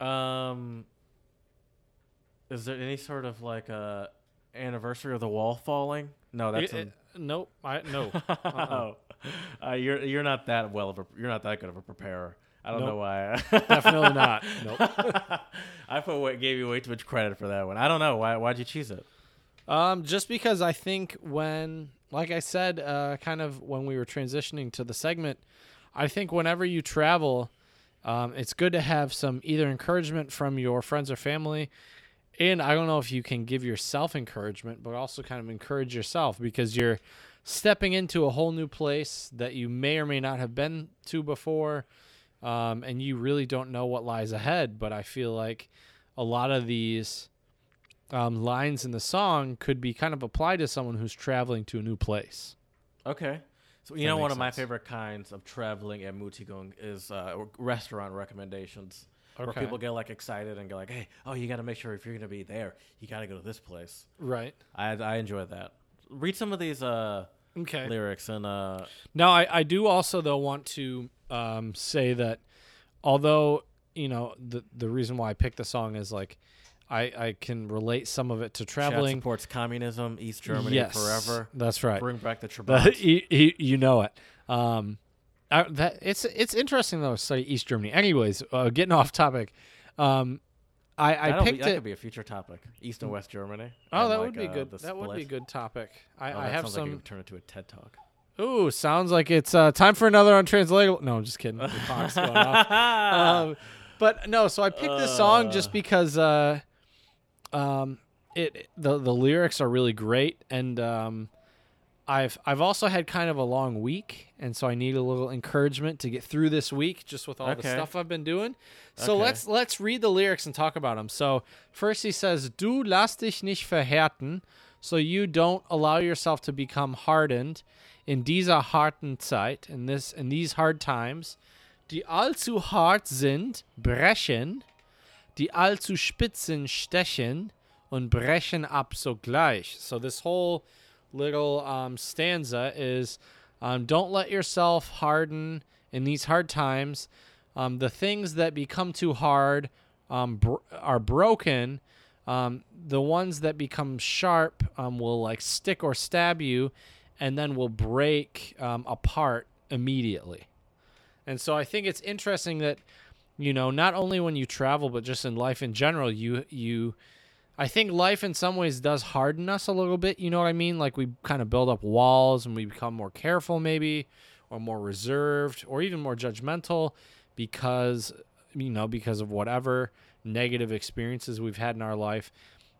Um, is there any sort of like a anniversary of the wall falling? No, that's. It- in- it- nope, I no. Oh. uh, you're you're not that well of a you're not that good of a preparer. I don't know why. Definitely not. Nope. I put way, gave you way too much credit for that one. I don't know why. Why'd you choose it? Um just because I think when like I said uh kind of when we were transitioning to the segment, I think whenever you travel um, it's good to have some either encouragement from your friends or family and i don't know if you can give yourself encouragement but also kind of encourage yourself because you're stepping into a whole new place that you may or may not have been to before um, and you really don't know what lies ahead but i feel like a lot of these um, lines in the song could be kind of applied to someone who's traveling to a new place Okay. So you know makes one of my sense. favorite kinds of traveling at Mutigong is uh, restaurant recommendations. Where Okay. people get like excited and go like, "Hey, oh, you got to make sure if you're gonna be there, you got to go to this place." right I I enjoy that. Read some of these uh okay lyrics and uh Now, I, I do also though want to um, say that although you know the the reason why I picked the song is like I I can relate some of it to Chad traveling. supports communism, East Germany yes, forever. That's right. Bring back the Trabant. But you, you, you know it. Um, I, that it's it's interesting though. Say East Germany. Anyways, uh, getting off topic. Um, I, I That'll be- picked that it. could be a future topic. East and West Germany. oh, and, that like, would be uh, good. the That would be split. good topic. I, Oh, I that have sounds some. Like it could turn into a TED talk. Ooh, sounds like it's uh, time for another untranslatable. No, I'm just kidding. The clock's going off. Um, but no, so I picked this song just because uh, um, it the the lyrics are really great, and um, I've I've also had kind of a long week, and so I need a little encouragement to get through this week, just with all the Okay. stuff I've been doing. So Okay. let's let's read the lyrics and talk about them. So first he says, "Du lass dich nicht verhärten," so you don't allow yourself to become hardened in dieser harten Zeit, in this in these hard times, die allzu hart sind, brechen, die allzu spitzen stechen und brechen ab sogleich. So this whole little um, stanza is um, don't let yourself harden in these hard times. Um, the things that become too hard um, br- are broken. Um, the ones that become sharp um, will like stick or stab you and then will break um, apart immediately. And so I think it's interesting that you know not only when you travel but just in life in general you you I think life in some ways does harden us a little bit, you know what I mean? Like we kind of build up walls and we become more careful maybe or more reserved or even more judgmental because you know because of whatever negative experiences we've had in our life.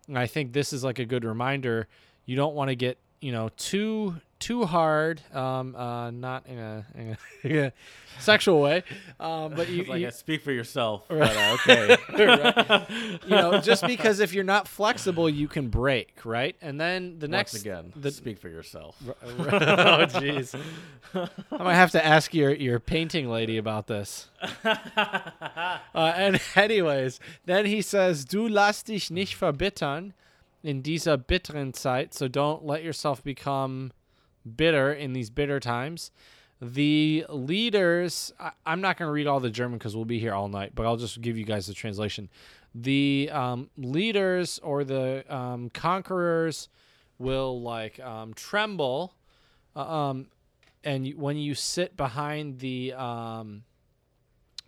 And I think this is like a good reminder. You don't want to get you know too too hard, um, uh, not in a, in a, in a sexual way, um, but you, It's like you- I speak for yourself. But, uh, okay. Right. you know just because if you're not flexible, you can break right. And then the next Once again, the, speak for yourself. oh jeez, I might have to ask your your painting lady about this. Uh, and anyways, then he says, "Du lass dich nicht verbittern in dieser bitteren Zeit." So don't let yourself become bitter in these bitter times. The leaders, I, I'm not going to read all the German because we'll be here all night, but I'll just give you guys the translation. The um, leaders or the um, conquerors will like um, tremble, um, and you, when you sit behind the um,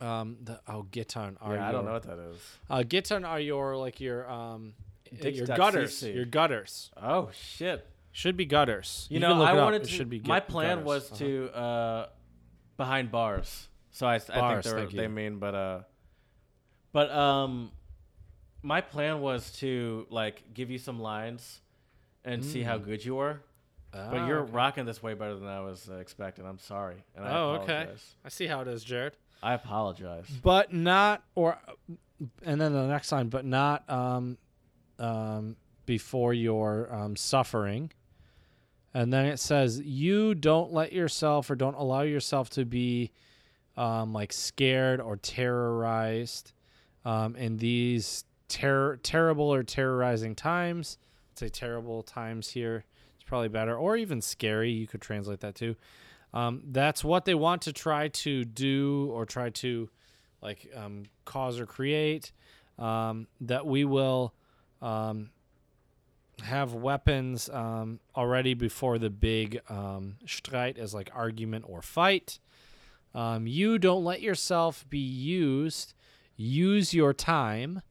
um, the oh, Gitan, are Yeah, I don't know what that is. uh, Gitan are your like your um Dix your duck gutters. CC. Your gutters Oh shit! should be gutters. You, can know, look I it up. wanted It to. Should be Uh-huh. my gut- plan gutters. was to uh, behind bars. So I, I Bars, think they're, thank they you. mean, but uh, but um, my plan was to like give you some lines and see how good you were. Uh-huh. But Mm. Ah, you're okay. rocking this way better than I was uh, expecting. I'm sorry, and I Oh, okay. apologize. I see how it is, Jared. I apologize. But not or and then the next line, but not um um before your um suffering. And then it says you don't let yourself or don't allow yourself to be um like scared or terrorized um in these ter- terrible or terrorizing times. I'd say terrible times here. It's probably better or even scary, you could translate that too. um, that's what they want to try to do or try to like um, cause or create um, that we will um, have weapons um, already before the big um, streit as like argument or fight um, you don't let yourself be used use your time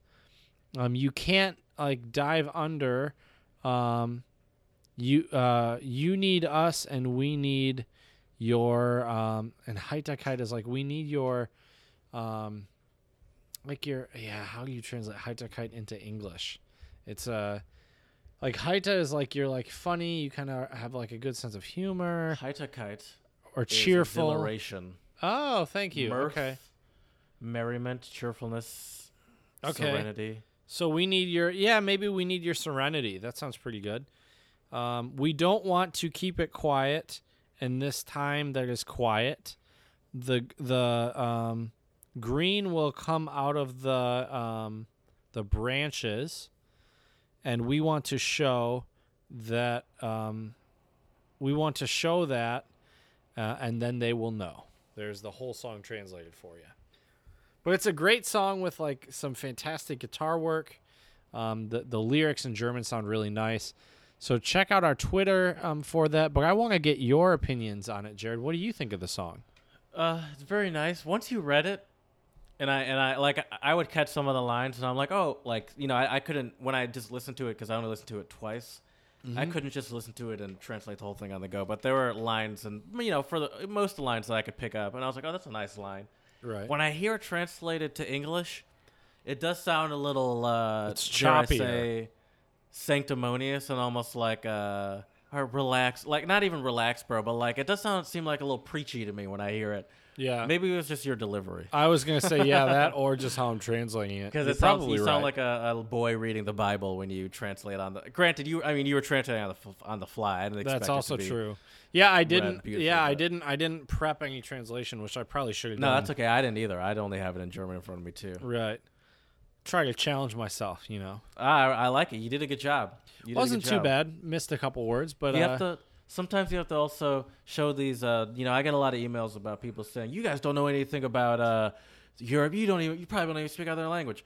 um, you can't like dive under um, you uh, you need us and we need your um and Heitakite is like we need your um like your yeah how do you translate Heitakite into English it's uh like Haita is like you're like funny you kind of have like a good sense of humor Heitakite is or cheerful exhilaration, oh thank you mirth, okay merriment, cheerfulness, Okay. serenity. So we need your yeah, maybe we need your serenity. That sounds pretty good. Um, we don't want to keep it quiet in this time that is quiet. The the um, green will come out of the um, the branches, and we want to show that um, we want to show that, uh, and then they will know. There's the whole song translated for you. But it's a great song with like some fantastic guitar work. Um, the the lyrics in German sound really nice. So check out our Twitter um, for that. But I want to get your opinions on it, Jared. What do you think of the song? Uh, it's very nice. Once you read it, and I and I like I- I would catch some of the lines, and I'm like, oh, like you know, I, I couldn't when I just listened to it because I only listened to it twice. I couldn't just listen to it and translate the whole thing on the go. But there were lines, and you know, for the most of the lines that I could pick up, and I was like, oh, that's a nice line. Right. When I hear it translated to English, it does sound a little uh, It's dare I choppier. say, sanctimonious and almost like uh, or relaxed, like not even relaxed, bro, but like it does sound seem like a little preachy to me when I hear it. Yeah. Maybe it was just your delivery. I was gonna say yeah, that or just how I'm translating it. Because Uh, You're it sounds, probably you sound right. like a, a boy reading the Bible when you translate on the. Granted, you I mean you were translating on the f- on the fly. I didn't expect that's it to also be- true. Yeah, I didn't. beautifully, Yeah, I but- didn't. I didn't prep any translation, which I probably should have No, done. that's okay. I didn't either. I'd only have it in German in front of me too. right. Try to challenge myself. You know, I, I like it. You did a good job. You did a good wasn't too job. bad. Missed a couple words, but You uh, have to. Sometimes you have to also show these. Uh, you know, I get a lot of emails about people saying, "You guys don't know anything about uh, Europe. You don't even. You probably don't even speak other language."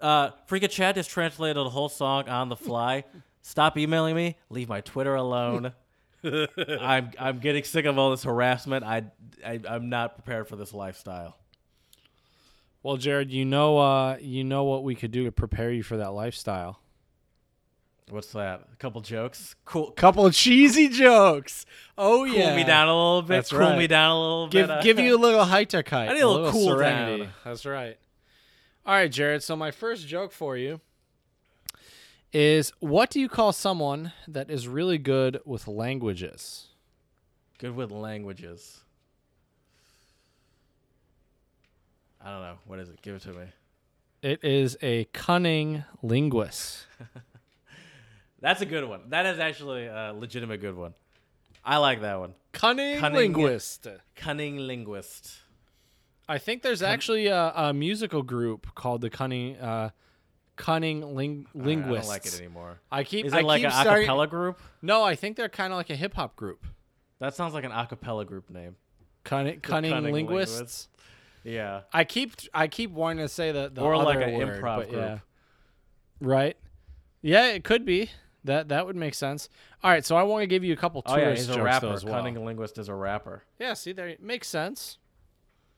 Uh, Freaka Chad just translated a whole song on the fly. Stop emailing me. Leave my Twitter alone. I'm I'm getting sick of all this harassment. I, I I'm not prepared for this lifestyle. Well, Jared, you know, uh, you know what we could do to prepare you for that lifestyle. What's that? A couple jokes. Cool. Couple of cheesy jokes. Oh Cool me down a little bit. That's cool right. me down a little Give bit. give you a little height I need a little cool serenity. down. That's right. All right, Jared. So my first joke for you is what do you call someone that is really good with languages? Good with languages. I don't know. What is it? Give it to me. It is a cunning linguist. That's a good one. That is actually a legitimate good one. I like that one. Cunning, Cunning- linguist. Cunning linguist. I think there's actually a, a musical group called the Cunning uh, Cunning ling- All right, Linguists. I don't like it anymore. I keep. Is I it like keep an starting- acapella group? No, I think they're kind of like a hip hop group. That sounds like an acapella group name. Cunning, cunning, Cunning linguists. Linguists. Yeah. I keep I keep wanting to say the, the Or like other an word, improv but group. yeah. Right. Yeah, it could be. That that would make sense. All right, so I want to give you a couple Oh tourist yeah, he's jokes a though rapper. as well. Cunning linguist is a rapper. Yeah, see there makes sense.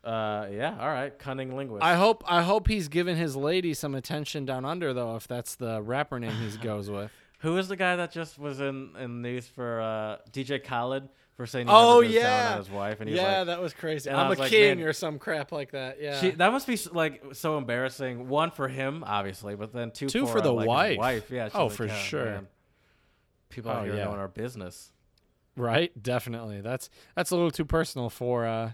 Uh, yeah. All right. Cunning linguist. I hope I hope he's giving his lady some attention down under though, if that's the rapper name he goes with. Who is the guy that just was in in the news for uh, DJ Khaled for saying he Oh, never goes down yeah. on his wife and he's yeah, like that was crazy. and I I'm a was like, king man- or some crap like that. Yeah. she, that must be like so embarrassing. One for him, obviously, but then two, Two for, uh, for the like, his wife. wife, yeah. she's Oh, like, for "Yeah, sure. man, People Oh, out here yeah. knowing our business. right? Definitely. That's that's a little too personal for uh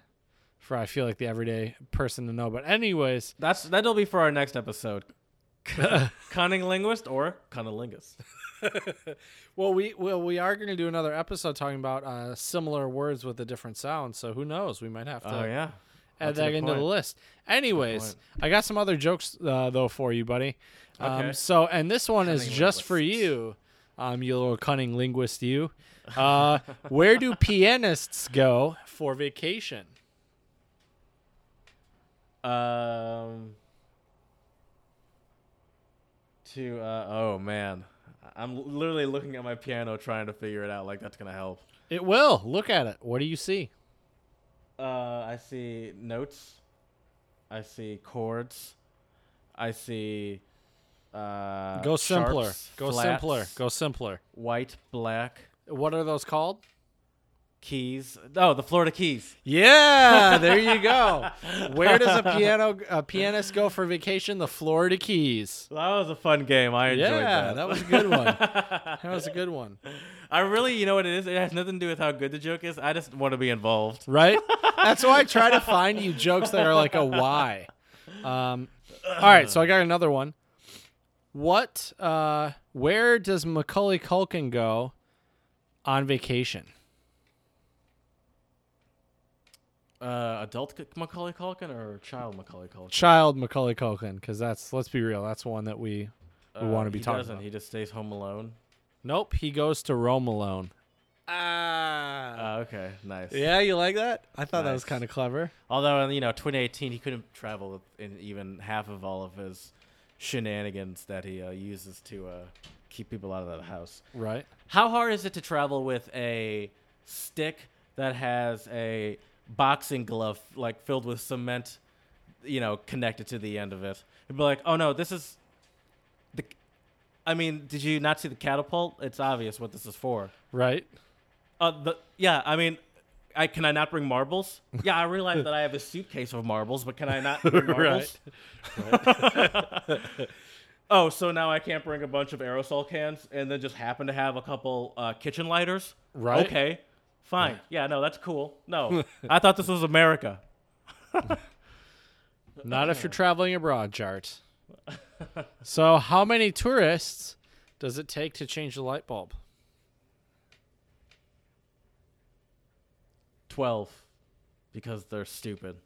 for I feel like the everyday person to know. But anyways, That's that'll be for our next episode. cunning linguist or cunnilingus. Well, we well we are going to do another episode talking about uh, similar words with a different sound. So who knows? We might have to Oh yeah. add That's a that good into the point. list. Anyways, I got some other jokes uh, though for you, buddy. Um, Okay. So and this one is Cunning just for linguists. you, um, you little cunning linguist, you. Uh, where do pianists go for vacation? Um. To uh, oh man, I'm literally looking at my piano trying to figure it out. Like that's gonna help. It will look at it. What do you see? Uh, I see notes. I see chords. I see. Uh, Go simpler. sharps, go flats, simpler. Go simpler. white, black What are those called? keys. Oh, the Florida Keys. Yeah, there you go. Where does a piano a pianist go for vacation? The Florida Keys. That was a fun game. I enjoyed Yeah, that. that was a good one. That was a good one, I really, you know what it is? It has nothing to do with how good the joke is. I just want to be involved. right? That's why I try to find you jokes that are like a why. Um, all right, so I got another one. What? Uh, where does Macaulay Culkin go on vacation? Uh, adult C- Macaulay Culkin or child Macaulay Culkin? Child Macaulay Culkin, because that's let's be real, that's one that we we Uh, want to be he talking doesn't. about. He just stays home alone. Nope, he goes to Rome alone. Ah. Uh, okay, nice. Yeah, you like that? I thought that was Nice. kind of clever. Although, you know, 2018, he couldn't travel in even half of all of his shenanigans that he uh, uses to uh, keep people out of the house. Right. How hard is it to travel with a stick that has a boxing glove like filled with cement, you know, connected to the end of it? It'd be like, oh no, this is the. I mean, did you not see the catapult? It's obvious what this is for. Right. Uh, the yeah, I mean. I, can I not bring marbles? Yeah, I realize that I have a suitcase of marbles, but can I not bring marbles? oh, so now I can't bring a bunch of aerosol cans and then just happen to have a couple uh, kitchen lighters? Right. Okay. Fine. Yeah, no, that's cool. No. I thought this was America. Not if you're traveling abroad, Jart. so, how many tourists does it take to change the light bulb? 12 because they're stupid.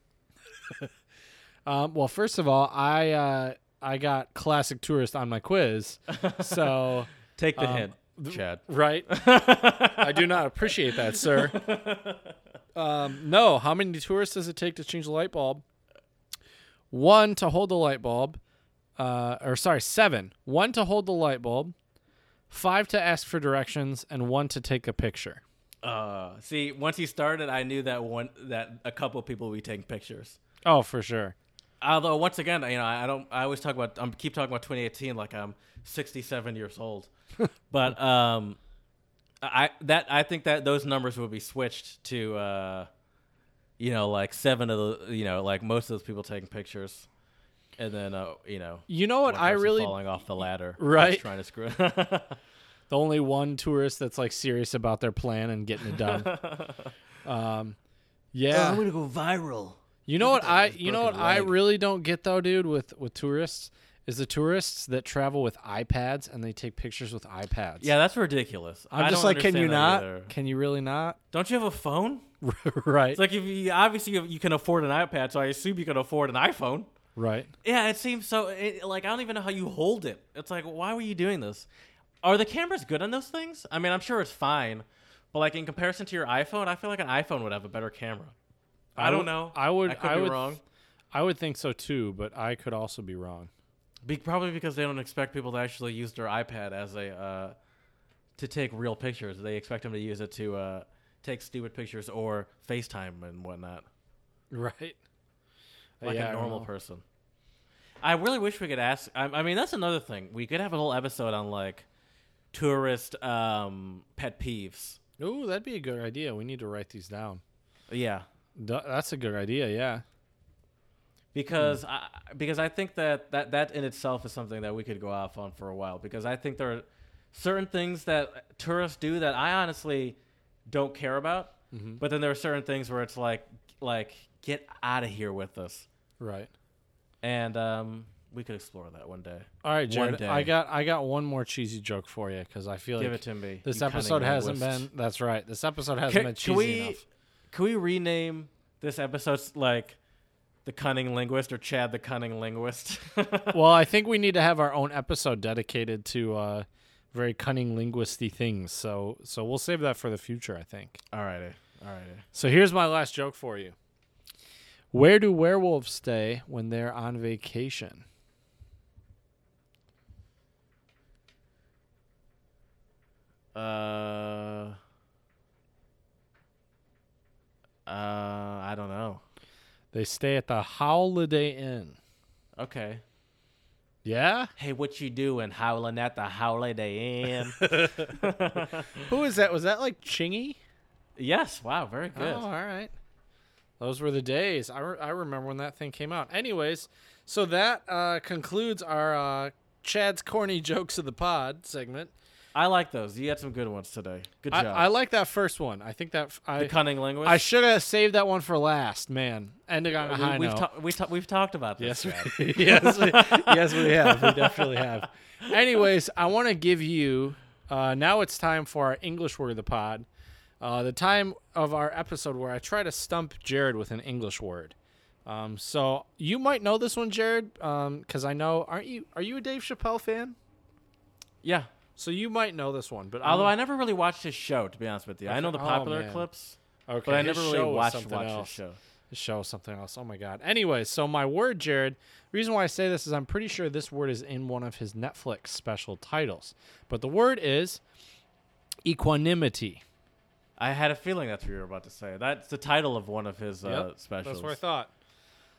Um, well, first of all, I uh, I got classic tourist on my quiz, so Take the Um, hint, Chad. right. I do not appreciate that, sir. Um, no, how many tourists does it take to change the light bulb? One to hold the light bulb, uh, or sorry, seven. One to hold the light bulb, five to ask for directions, and one to take a picture. Uh, see, once he started, I knew that one that a couple people would be taking pictures. Oh, for sure. Although once again, you know, I I don't. I always talk about. I'm keep talking about 2018 like I'm 67 years old, but um, I that I think that those numbers would be switched to, uh, you know, like seven of the, you know, like most of those people taking pictures, and then uh, you know, You know what one I person really falling off the ladder, Right. Trying to screw. the only one tourist that's like serious about their plan and getting it done. um, yeah. gonna go viral. You know what that I guy's you know what broken I leg. really don't get though, dude, with with tourists is the tourists that travel with iPads and they take pictures with iPads. Yeah, that's ridiculous. I'm I just don't like, can you understand that not? either. Can you really not? Don't you have a phone? right. It's like if you obviously you- you can afford an iPad, so I assume you can afford an iPhone. right. Yeah, it seems so. It, like I don't even know how you hold it. It's like, why were you doing this? Are the cameras good on those things? I mean, I'm sure it's fine, but like in comparison to your iPhone, I feel like an iPhone would have a better camera. I, would- don't know. I would I could I be would wrong. I would think so too, but I could also be wrong. Be, probably because they don't expect people to actually use their iPad as a uh, to take real pictures. They expect them to use it to uh, take stupid pictures or FaceTime and whatnot, Right. like Yeah, I a don't normal know. person. I really wish we could ask. I, I mean, that's another thing. We could have a whole episode on like tourist um, pet peeves. Ooh, that'd be a good idea. We need to write these down. Yeah, Duh, That's a good idea, yeah. because Hmm. I, because I think that, that that in itself is something that we could go off on for a while because I think there are certain things that tourists do that I honestly don't care about, Mm-hmm. but then there are certain things where it's like like get out of here with us, Right. and um, we could explore that one day. All right, One Jared. day. I got I got one more cheesy joke for you because I feel Give like it to me. this you cunning episode hasn't been. linguist. That's right. This episode hasn't Can, been cheesy can we enough. can we rename this episode like the cunning linguist or Chad the cunning linguist? Well, I think we need to have our own episode dedicated to uh, very cunning linguisty things. So so we'll save that for the future. I think. Alrighty, alrighty. So here's my last joke for you. Where do werewolves stay when they're on vacation? Uh, uh, I don't know. They stay at the Holiday Inn. Okay. Yeah. Hey, what you doing? Howling at the Holiday Inn? Who is that? Was that like Chingy? yes. Wow. Very good. Oh, all right. Those were the days. I, re- I remember when that thing came out. Anyways, so that uh, concludes our uh, Chad's corny jokes of the pod segment. I like those. You had some good ones today. Good I, job. I like that first one. I think that f- the I cunning linguist. I should have saved that one for last. Man, ending on a we, high we've note. ta- we ta- we've talked about this. yes, we, Chad. yes, we, yes, we have. We definitely have. Anyways, I want to give you. Uh, now it's time for our English word of the pod. Uh, the time of our episode where I try to stump Jared with an English word. Um, so you might know this one, Jared, because I know. Aren't you? Are you a Dave Chappelle fan? Yeah. So you might know this one, but Although I'm- I never really watched his show, to be honest with you. I know the Um, Oh, popular man. clips, okay, but I his never really show was watched something watched his else. show. show something else. Oh my god. Anyway, so my word, Jared. Reason why I say this is I'm pretty sure this word is in one of his Netflix special titles. But the word is equanimity. I had a feeling that's what you were about to say. That's the title of one of his uh, specials. That's what I thought.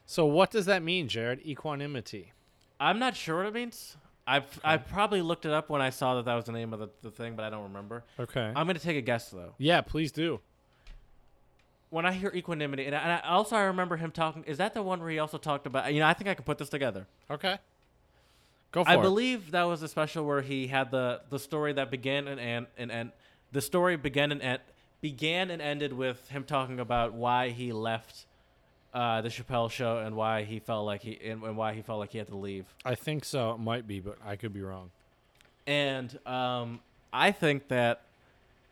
So what does that mean, Jared? Equanimity. I'm not sure what it means. I I probably looked it up when I saw that that was the name of the, the thing, but I don't remember. Okay. I'm gonna take a guess though. yeah, please do. When I hear equanimity, and I, and I also I remember him talking. Is that the one where he also talked about? You know, I think I can put this together. Okay. Go for I it. believe that was a special where he had the the story that began and and and, and the story began and end, began and ended with him talking about why he left uh, the Chappelle show and why he felt like he and, and why he felt like he had to leave. I think so. It might be, but I could be wrong. And um, I think that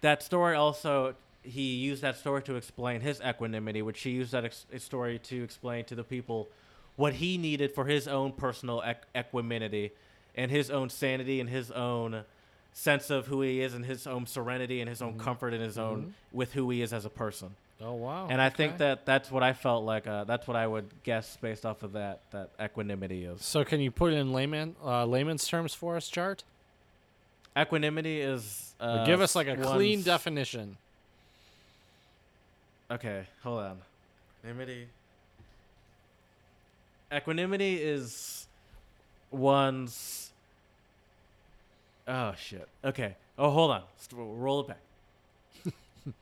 that story also he used that story to explain his equanimity, which he used that ex- story to explain to the people what he needed for his own personal equ- equanimity and his own sanity and his own sense of who he is and his own serenity and his Mm-hmm. own comfort and his own with who he is as a person. Oh wow. and I think Okay. that that's what I felt like. Uh, that's what I would guess based off of that that equanimity is. So can you put it in layman uh, layman's terms for us, Jared? Equanimity is Or uh, give us like a clean one's- definition. Okay, hold on. Equanimity. Equanimity is one's. Oh shit. Okay. Oh, hold on. Let's ro- roll it back.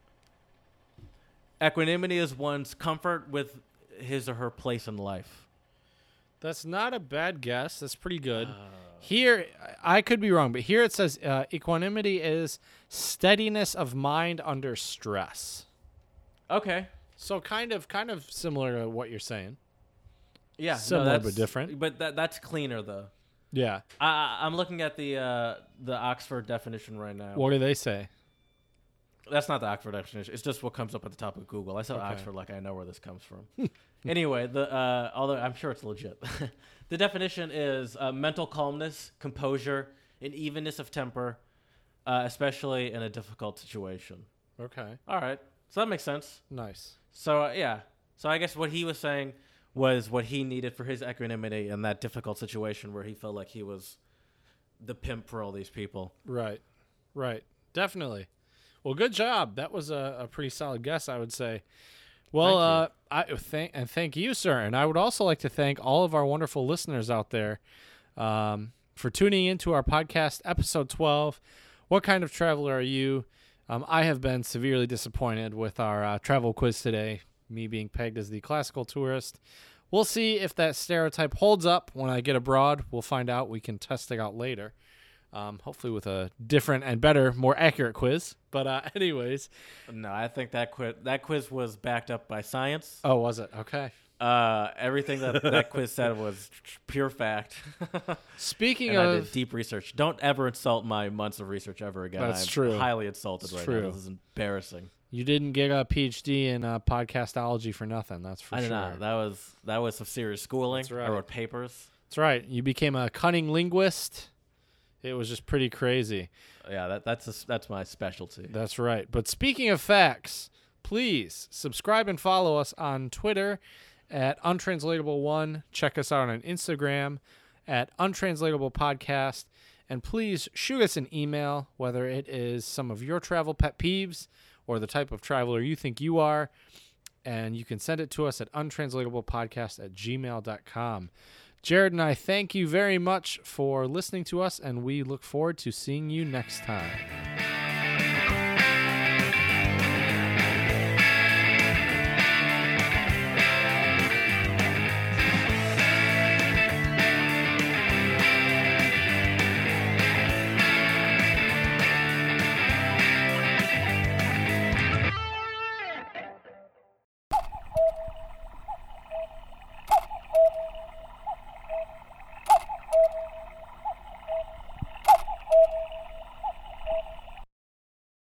Equanimity is one's comfort with his or her place in life. That's not a bad guess. That's pretty good. Here, I I could be wrong, but here it says uh, equanimity is steadiness of mind under stress. Okay. So kind of, kind of similar to what you're saying. Yeah. no, Similar but that's- different. But that that's cleaner though. Yeah. I- I, I'm looking at the uh, the Oxford definition right now. What do they say? That's not the Oxford definition. It's just what comes up at the top of Google. I said Oxford like I know where this comes from. anyway, the uh, although I'm sure it's legit. the definition is uh, mental calmness, composure, and evenness of temper, uh, especially in a difficult situation. Okay. All right, so that makes sense. Nice. So uh, yeah, so I guess what he was saying was what he needed for his equanimity in that difficult situation where he felt like he was the pimp for all these people. Right. Right. Definitely. Well, good job. That was a, a pretty solid guess, I would say. Well, uh, I thank and thank you, sir. And I would also like to thank all of our wonderful listeners out there um, for tuning into our podcast, episode twelve. What kind of traveler are you? Um, I have been severely disappointed with our uh, travel quiz today. Me being pegged as the classical tourist. We'll see if that stereotype holds up when I get abroad. We'll find out. We can test it out later um, hopefully with a different and better, more accurate quiz. But uh, anyways, No, I think that quiz that quiz was backed up by science. oh, was it okay? Uh, everything that that quiz said was pure fact, Speaking and I of, did deep research. Don't ever insult my months of research ever again. That's I'm true. Highly insulted It's right now. true. This is embarrassing. you didn't get a PhD in uh, podcastology for nothing. That's for I sure. don't know. That was that was some serious schooling. That's right. I wrote papers. That's right. You became a cunning linguist. It was just pretty crazy. Yeah, that that's a, that's my specialty. That's right. But speaking of facts, please subscribe and follow us on Twitter at untranslatable1. Check us out on Instagram at untranslatable podcast. And please shoot us an email, whether it is some of your travel pet peeves or the type of traveler you think you are. And you can send it to us at untranslatablepodcast at gmail.com. Jared and I thank you very much for listening to us, and we look forward to seeing you next time.